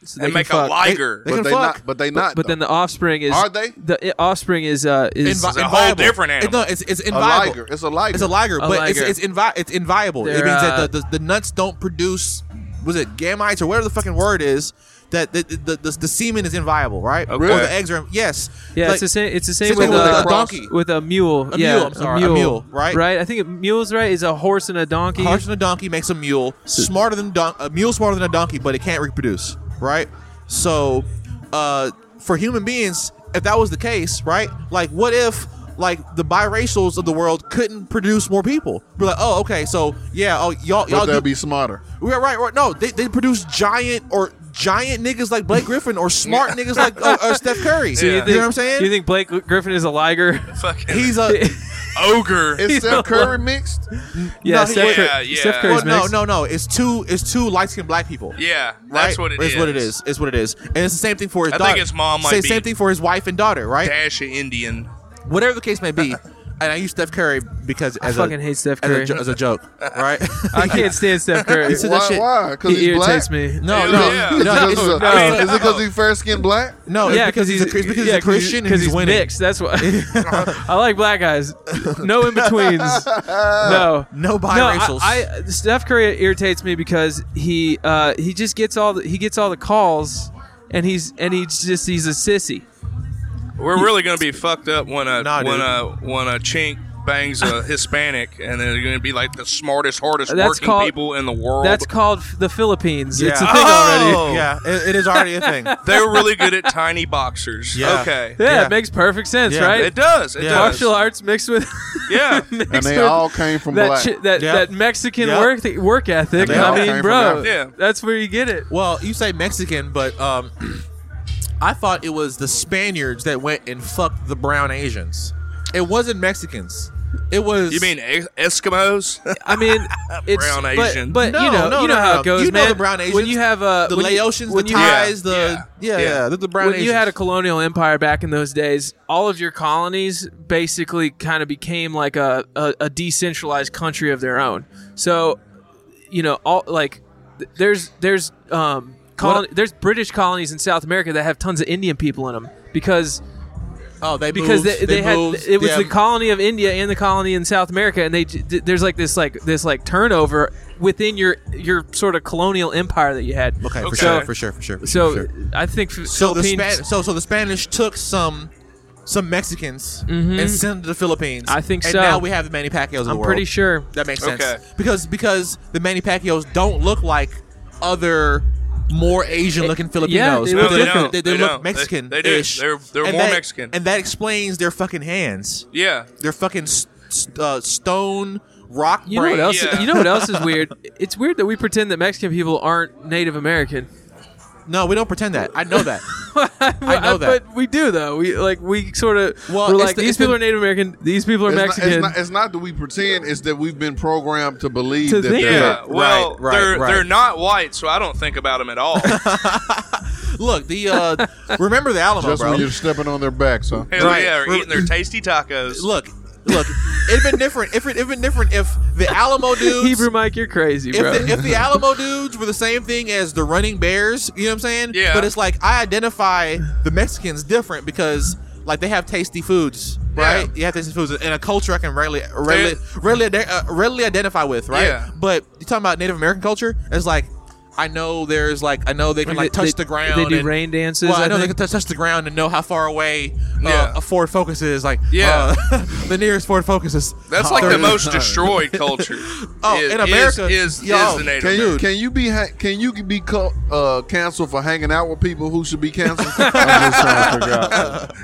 So They, make can a fuck. liger. They but can they fuck. not. But they not. But then the offspring is Are they? the i- offspring is uh is Invi- a whole inviable. different animal. It- no, it's it's though. a inviable. liger. It's a liger. It's a liger, but liger. it's it's, invi- it's inviolable. it They're, means uh, that the, the, the nuts don't produce. Was it gametes or whatever the fucking word is? That the the, the, the semen is inviable, right? Okay. Or the eggs are yes. yeah. Like, it's the same. It's the same same with, thing with, uh, like, a donkey. with a mule. A yeah, mule, I'm sorry, a mule, right? Right. I think a mule's right. Is a horse and a donkey. Horse and a donkey makes a mule smarter than don- a mule smarter than a donkey, but it can't reproduce, right? So, uh, for human beings, if that was the case, right? Like, what if like the biracials of the world couldn't produce more people? We're like, oh, okay, so yeah, oh y'all But y'all they'll do- (laughs) be smarter. Right, right, right. No, they, they produce giant or giant niggas like Blake Griffin or smart niggas like uh, uh, Steph Curry. Do you, know what I'm saying? You think Blake Griffin is a liger? (laughs) Fucking He's a ogre. (laughs) Is You know Steph Curry mixed? yeah, No, Steph, he- Cur- Yeah, yeah. Steph Curry's well, no, mixed. no, no. It's two. It's two light skinned black people. yeah, that's right? what it it's is. what it is. It's what it is. And it's the same thing for his I think daughter. his mom might Same, be- same thing for his wife and daughter, right? Dash of Indian. Whatever the case (laughs) may be. And I use Steph Curry because as a- fucking hate Steph as a Curry. jo- as a, joke, right? (laughs) I can't stand Steph Curry. said that Why? shit- Why? Because he he's irritates black. me. No, Ew, no, yeah. (laughs) (laughs) no. Is it's- it no, it's- because he's fair skinned black? No, it's yeah, because he's a, Chris- because yeah, he's a Christian and because he's, winning. mixed. That's (laughs) why (laughs) I like black guys. No in (laughs) betweens. No, No No, biracials. I, I Steph Curry irritates me because he uh, he just gets all the, he gets all the calls, and he's and he's just he's a sissy. We're really gonna be fucked up when a Nah, when dude. a when a chink bangs (laughs) a Hispanic, and then they're gonna be like the smartest, hardest That's working called- people in the world. That's called f- the Philippines. It's a Yeah. thing already. Oh! yeah, it- it is already a thing. (laughs) They're really good at tiny boxers. (laughs) Yeah. Okay. Yeah, Yeah. it makes perfect sense, Yeah. right? It does. It Yeah. does. Martial arts mixed with (laughs) Yeah. (laughs) mixed And they with all came from that black. chi- that Yeah. that Mexican Yeah. work th- work ethic. They all I came mean, from bro, that. Yeah. that's where you get it. (laughs) Well, you say Mexican, but um, I thought it was the Spaniards that went and fucked the brown Asians. It wasn't Mexicans. It was. You mean es- Eskimos? (laughs) I mean, it's Brown but- Asian. but, No, you know, no, you know no, how no. it goes, You know man. the brown When Asians, you have uh, the when you- Laotians, when the you- Thais, the Yeah. yeah, yeah, Yeah. the, the brown when Asians. you had a colonial empire back in those days, all of your colonies basically kind of became like a, a, a decentralized country of their own. So, you know, all like th- there's there's um colon- there's British colonies in South America that have tons of Indian people in them because oh, they because moved, they, they, had moved, it was yeah. the colony of India and the colony in South America, and they j- d- there's like this like this like turnover within your your sort of colonial empire that you had. okay, Okay. for sure, for sure, for sure. For So sure, for sure. I think f- so the Philippines. Span- so so the Spanish took some. Some Mexicans and sent them to the Philippines. Mm-hmm. I think and so. now we have the Manny Pacquiao's. Of the I'm world. pretty sure. That makes sense. Okay. Because because the Manny Pacquiao's don't look like other more Asian looking Filipinos. they look they, different. They, They look don't. They- Mexican. they do. They're- they're more that, Mexican. And that explains their fucking hands. yeah. Their fucking s- s- uh, stone rock You know brain. what else? Yeah. You know what else is (laughs) weird? It's weird that we pretend that Mexican people aren't Native American. No, we don't pretend that. I (laughs) know that. I know that. but we do though. We like we sort of Well, we're it's like the- these it's the- people are Native American. These people are It's not, Mexican. it's, not, it's not that we pretend; it's that we've been programmed to believe To that think they're that. Yeah. Well, right, they're right. they're not white, so I don't think about them at (laughs) all. Hell Look, the uh, remember the Alamo, just bro. when you're stepping on their backs, huh? Right. yeah, or We're- eating their tasty tacos. Look, look, it'd been different. If it, it'd been different if the Alamo (laughs) dudes Hebrew Mike, you're crazy, bro. if the, if the Alamo dudes were the same thing as the running bears, you know what I'm saying? Yeah. But it's like I identify the Mexicans different because like they have tasty foods, right? Yeah. You have tasty foods and a culture I can readily readily readily, ide- uh, readily identify with, right? Yeah. But you talking about Native American culture? It's like I know there's like I know they can They- like touch they- the ground. They do and- rain dances. Well, I, know think. they can touch, touch the ground and know how far away uh, Yeah. a Ford Focus is. Like, Yeah. uh, (laughs) the nearest Ford Focus is. uh, That's like the 30. most destroyed culture. (laughs) Oh, is- in America, is is, yo, is the Native Can American. you can you be ha- can you be (laughs) co- uh, canceled for hanging out with people who should be canceled? I'm just trying to figure out. (laughs)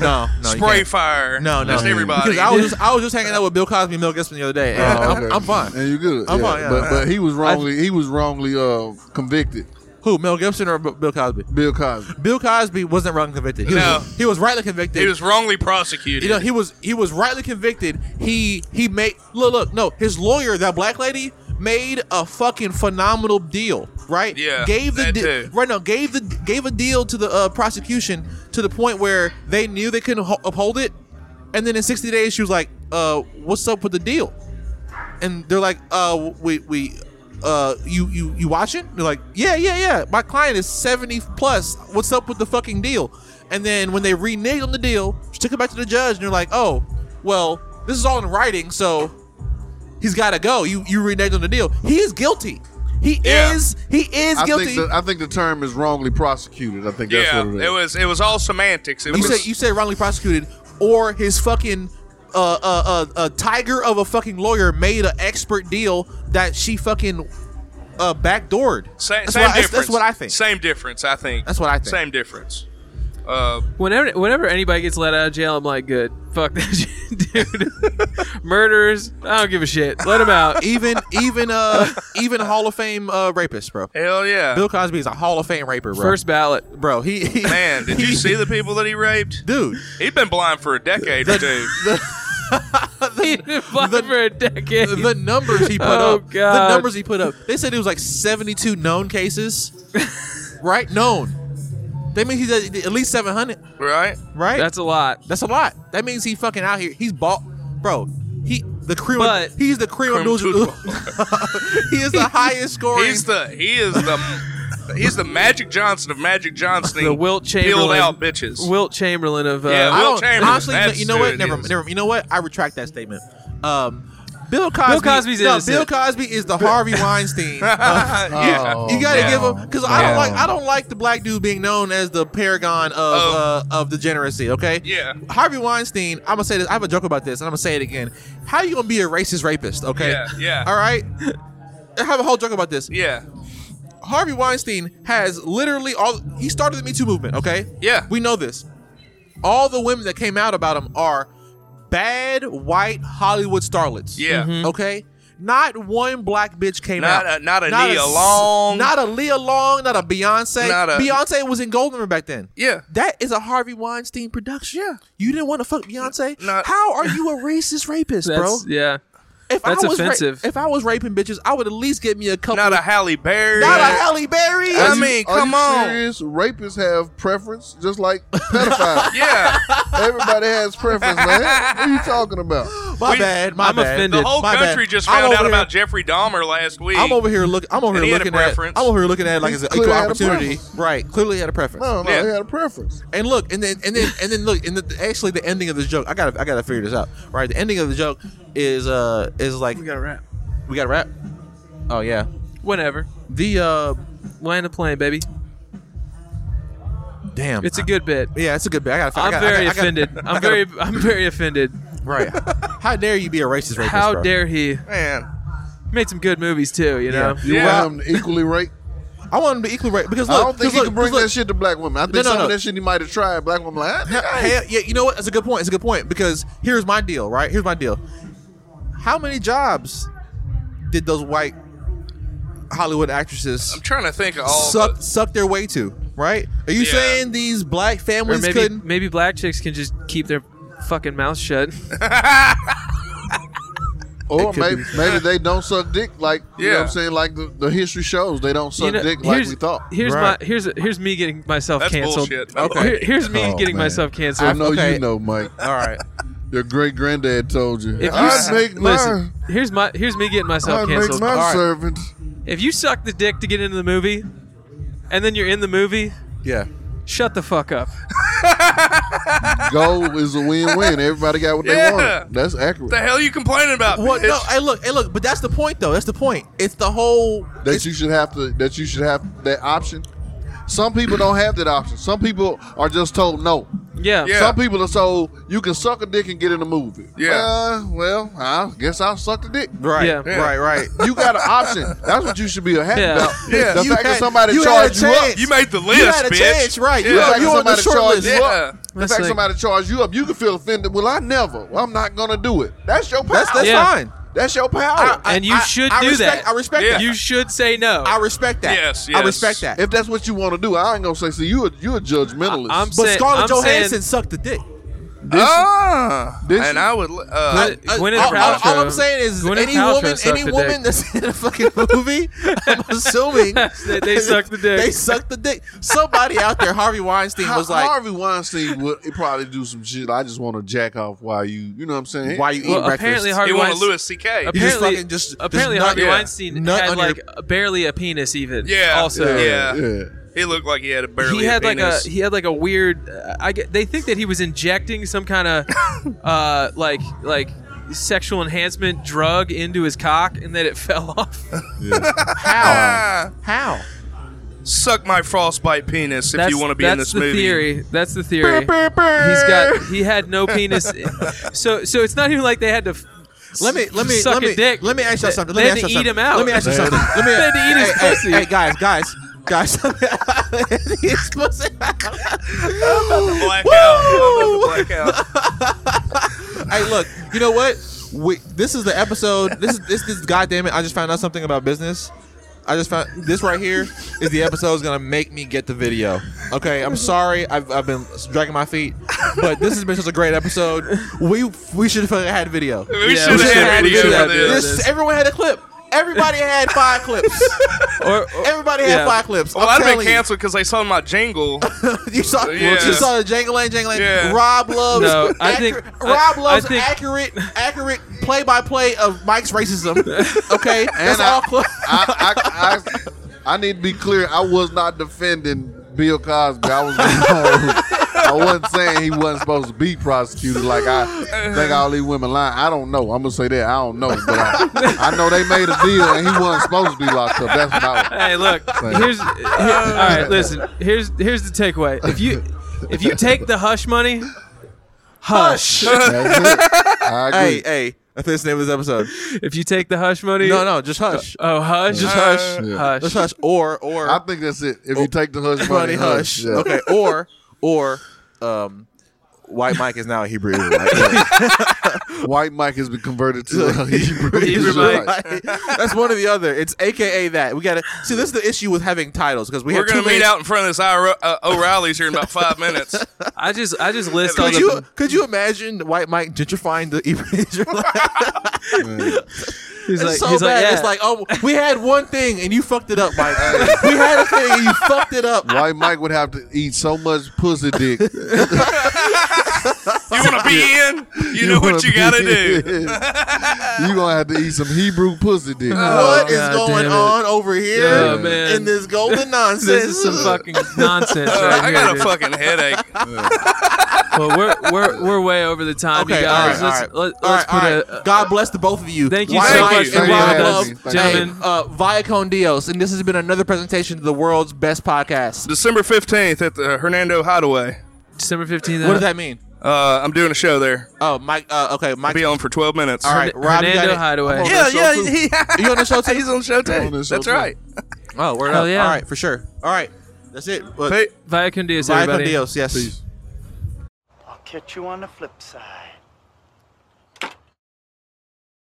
No, no, you Spray can't. fire. No, no, Just no. everybody. Because I was just, I was just hanging out with Bill Cosby and Mel Gibson the other day. and (laughs) Oh, I'm, okay. I'm fine. And you good? I'm yeah. fine, yeah. But but he was wrongly he was wrongly uh convicted. Who? Mel Gibson or B- Bill Cosby? Bill Cosby. Bill Cosby wasn't wrongly convicted. He was, No. he was rightly convicted. he was wrongly prosecuted. you know, he was he was rightly convicted. He he made look look no his lawyer that black lady made a fucking phenomenal deal right Yeah, gave the that de- too. right now gave the gave a deal to the uh, prosecution to the point where they knew they couldn't ho- uphold it, and then in sixty days she was like, uh, what's up with the deal? And they're like, uh, we we. Uh, you you you watching? They're like, yeah, yeah, yeah. My client is seventy plus. What's up with the fucking deal? And then when they reneged on the deal, she took it back to the judge, and they're like, oh, well, this is all in writing, so he's got to go. You you reneged on the deal. He is guilty. He Yeah. is he is I guilty. think the, I think the term is wrongly prosecuted. I think that's yeah, what it is. it was it was all semantics. It You was said you said wrongly prosecuted, or his fucking uh, uh, uh, uh, tiger of a fucking lawyer made an expert deal that she fucking uh, backdoored. sa- that's, same what, I- difference. that's, what I think. Same difference. I think That's what I think. Same difference. Uh, Whenever, whenever anybody gets let out of jail, I'm like, good. Fuck that (laughs) shit, dude. (laughs) Murderers, I don't give a shit. Let them (laughs) (laughs) out. Even even uh even Hall of Fame uh, rapist, bro. hell yeah, Bill Cosby is a Hall of Fame raper, bro. First ballot. (laughs) bro, he, he man! Did you he- see the people that he raped? (laughs) dude? He'd been blind for a decade or two. He's been fine the- for a decade. The numbers he (laughs) put Oh, up. God. The numbers he put up. They said it was like 72 known cases, (laughs) right? Known. That means he's at at least 700, right? right? That's a lot. That's a lot. That means he fucking out here. He's bought, bro. He the cream. of- But- he's the cream. of Cream to Newsy- (laughs) he is the highest (laughs) scoring. He's the he is the he's the Magic Johnson of Magic Johnson. The Wilt Chamberlain. peeled out bitches. Wilt Chamberlain of. Uh, Yeah, I Wilt don't Chamberlain. honestly. you know- That's You know who what? it Never, is. never. You know what? I retract that statement. Um, Bill Cosby. Cosby's no, Bill innocent. Cosby is the Harvey (laughs) Weinstein. (laughs) of- yeah. Oh, You gotta man. give him because I don't Yeah. like I don't like the black dude being known as the paragon of Oh. uh, of degeneracy. Okay. Yeah. Harvey Weinstein. I'm gonna say this. I have a joke about this, and I'm gonna say it again. How you gonna be a racist rapist? Okay. Yeah, yeah. All right. I have a whole joke about this. Yeah. Harvey Weinstein has literally all. He started the Me Too movement. Okay. Yeah. We know this. All the women that came out about him are bad white Hollywood starlets. Yeah. Mhm. Mm-hmm. Okay. Not one black bitch came Not out. a- not a Nia Long. Not a Leah Long. Not a Beyonce. Not a- Beyonce was in Golden back then. Yeah. That is a Harvey Weinstein production. Yeah. You didn't want to fuck Beyonce. Not- How are you a racist rapist, bro? That's, yeah. If that's I was ra- offensive. if I was raping bitches, I would at least get me a couple. Not a Halle Berry. Not a Halle Berry. I Are you- mean, are come you on. Serious? Rapists have preference, just like (laughs) (laughs) pedophiles. Yeah. Everybody has preference, man. What are you talking about? My We- bad. My I'm bad. offended. The whole My bad. country just I'm found out over about Jeffrey Dahmer last week. I'm over here look. I'm over And he here had a looking at. preference. I'm over here looking at it like it's an He equal clearly had a opportunity. preference. Right. Clearly had a preference. No, no, Yeah. they had a preference. And look, and then and then and then look, and the, actually the ending of this joke. I gotta I gotta figure this out. Right. The ending of the joke is uh is like We got a wrap. we got to wrap. Oh yeah. Whenever. The uh Land the plane, baby. damn. It's a good bit. yeah. It's a good bit. I gotta. I I'm gotta- I very gotta- I gotta- offended. I'm (laughs) very. I'm very offended. (laughs) right. How dare you be a racist rapist? How bro? dare he? man. Made some good movies too. You know. You Yeah. want them to equally rate? I want him to be equally right because look, I don't because think he look, can bring because that look, shit to black women. I think No, no, some no. of that shit he might have tried. Black women like, ah, nigga, I ain't Hell, yeah, you know what? That's a good point. It's a good point because here's my deal, right? Here's my deal. How many jobs did those white Hollywood actresses I'm trying to think of all. suck the- suck their way to? Right? Are you Yeah. saying these black Or families maybe couldn't? maybe black chicks can just keep their fucking mouth shut. Or could maybe, maybe they don't suck dick like you know Yeah. what I'm saying, like the, the history shows they don't suck You know, dick like here's- we thought. Here's Right. my here's here's me getting myself That's canceled. bullshit. Okay. Here- here's me Oh, getting man. myself I canceled. know okay. you know, Mike. All right. Your great granddad told you. If you I s- make my listen, here's my here's me getting I myself make canceled. my All right. servant. If you suck the dick to get into the movie, and then you're in the movie, Yeah. shut the fuck up. Go is a win-win. Everybody got what Yeah. they wanted. That's accurate. the hell you complaining about? What? bitch? No. Hey, look. Hey, look. But that's the point, though. That's the point. It's the whole. that you should have to. That you should have that option. Some people don't have that option. Some people are just told no. Yeah. Yeah. Some people are told you can suck a dick and get in a movie. Yeah. Uh, well, I guess I'll suck the dick. Right. Yeah. Right. (laughs) Right. You got an option. That's what you should be happy Yeah. about. Yeah. The You fact had- that somebody you had a charged you up. chance. You made the list, You had a bitch. chance, right? You Yeah. you on the Somebody short charged list. you Yeah. The That's fact like- somebody charged you up, you can feel offended. Well, I never. Well, I'm not gonna do it. That's your power. That's that's Yeah. fine. That's your power. And you should do respect, that. I respect Yeah. that. You should say no. I respect that. Yes, I yes. respect that. if that's what you want to do, I ain't gonna say. So you, a, you a judgmentalist. I- I'm but saying- Scarlett I'm Johansson saying- sucked the dick. Ah, Did and you? I would. Uh, Gwyneth- Gwyneth all, all- all I'm Paltrow- saying is, Gwyneth any Paltrow woman, sucked any the woman dick. that's in a fucking movie, I'm assuming They- they suck the dick. They suck the dick. Somebody out there, Harvey Weinstein Har- was like, Harvey Weinstein would he'd probably do some shit. I just want to jack off while you, you know what I'm saying? "Why you eat well, breakfast?" apparently he Harvey won a Weinstein. Louis C.K. You just Apparently, fucking just- just apparently nut- Harvey yeah, Weinstein nut had on your- like a- barely a penis even. Yeah, Also, yeah. yeah. He looked like he had a barely. he had like a penis. he had like a weird. Uh, I get, they think that he was injecting some kind (laughs) of uh, like like sexual enhancement drug into his cock and that it (laughs) fell off. how? Ah, How? suck my frostbite penis if you want to be in that's this the movie. theory. That's the theory. He's got he had (laughs) no penis. so so it's not even like they had to. f- Let me let me suck let a me dick. let me ask you They- something. They Let me had ask to you eat something. him out. Let me ask you something. Let me They had to eat his hey, pussy. hey, hey, guys, guys, guys. Eat his pussy. Blackout. I'm about to blackout. hey, look, you know what? We, this is the episode. This is this this goddamn it. I just found out something about business. I just found this right here is the episode is gonna make me get the video. Okay, I'm sorry. I've, I've been dragging my feet, but this has been such a great episode. We we should have had video. We Yeah, should we have should've had had video to do for that, this. dude. This everyone had a clip. Everybody had five clips. Or, or- Everybody had Yeah. five clips. Well, I'm I'd have been telling you. canceled because they saw my jingle. You saw, Yeah. you saw the jangling, jangling. Yeah. Rob loves. No, I think- accurate- I- Rob I loves think- accurate, accurate play-by-play of (laughs) Mike's racism. Okay, that's I- all. Cl- I, I, I, I need to be clear. I was not defending Bill Cosby. I was. (laughs) I wasn't saying he wasn't supposed to be prosecuted. Like I think all these women lying. I don't know. I'm gonna say that I don't know, but I, I know they made a deal and he wasn't supposed to be locked up. That's what I. hey, look. (laughs) Thank Here's here, all right. Listen. Here's here's the takeaway. If you if you take the hush money, (laughs) hush. That's it. I (laughs) agree. hey, hey, I think that's the name of this episode. If you take the hush money, No, no, just hush, Oh, hush, just hush, hush, yeah. hush. just hush. Or, or I think that's it. Oh. If you take the hush funny money, hush. yeah. Okay, or, or, um, white Mike is now a (laughs) Hebrew. Israelite. White Mike has been converted to (laughs) uh, a Hebrew. Hebrew Israelite. That's one or the other. It's AKA that. We gotta see. This is the issue with having titles because we We're have gonna too meet many- out in front of this Ira- uh, O'Reilly's here in about five minutes. I just I just list all Could the you could you imagine White Mike gentrifying the (laughs) Israelite? he's It's so bad. It's like, oh, we had one thing and you fucked it up, Mike. we had a thing and you fucked (laughs) it up. White Mike would have to eat so much pussy dick. You want to be in? (laughs) You, know what you gotta do. (laughs) you (laughs) gonna have to eat some Hebrew pussy (laughs) dick. Oh, What is God going damn it. on over here Yeah, man. (laughs) in this golden nonsense? this is some (laughs) fucking nonsense. Uh, Right I here, got a dude. fucking headache. Well, we're we're we're way over the time, Okay, you all guys. right, all let's let, right. all us right, all put right. a. uh, God bless the both of you. Thank you White so Mike much for and being Rob with us, Love, gentlemen. Hey, uh, Viacom Dios, and this has been another presentation of the world's best podcast. December fifteenth at the Hernando Hideaway. December fifteenth. What does that mean? Uh, I'm doing a show there. Oh, Mike. Uh, okay, I'll Mike. be on for twelve minutes. All right, Rob, you got Hernando it. Hideaway. on Yeah, that show yeah, too. he, You on the show too? he's on the show too. on the show That's too. right. Oh, word Hell up. yeah. All right, for sure. All right, that's it. Well, Hey. Viacom Diaz, Viacom everybody. Dios, yes. Peace. I'll catch you on the flip side.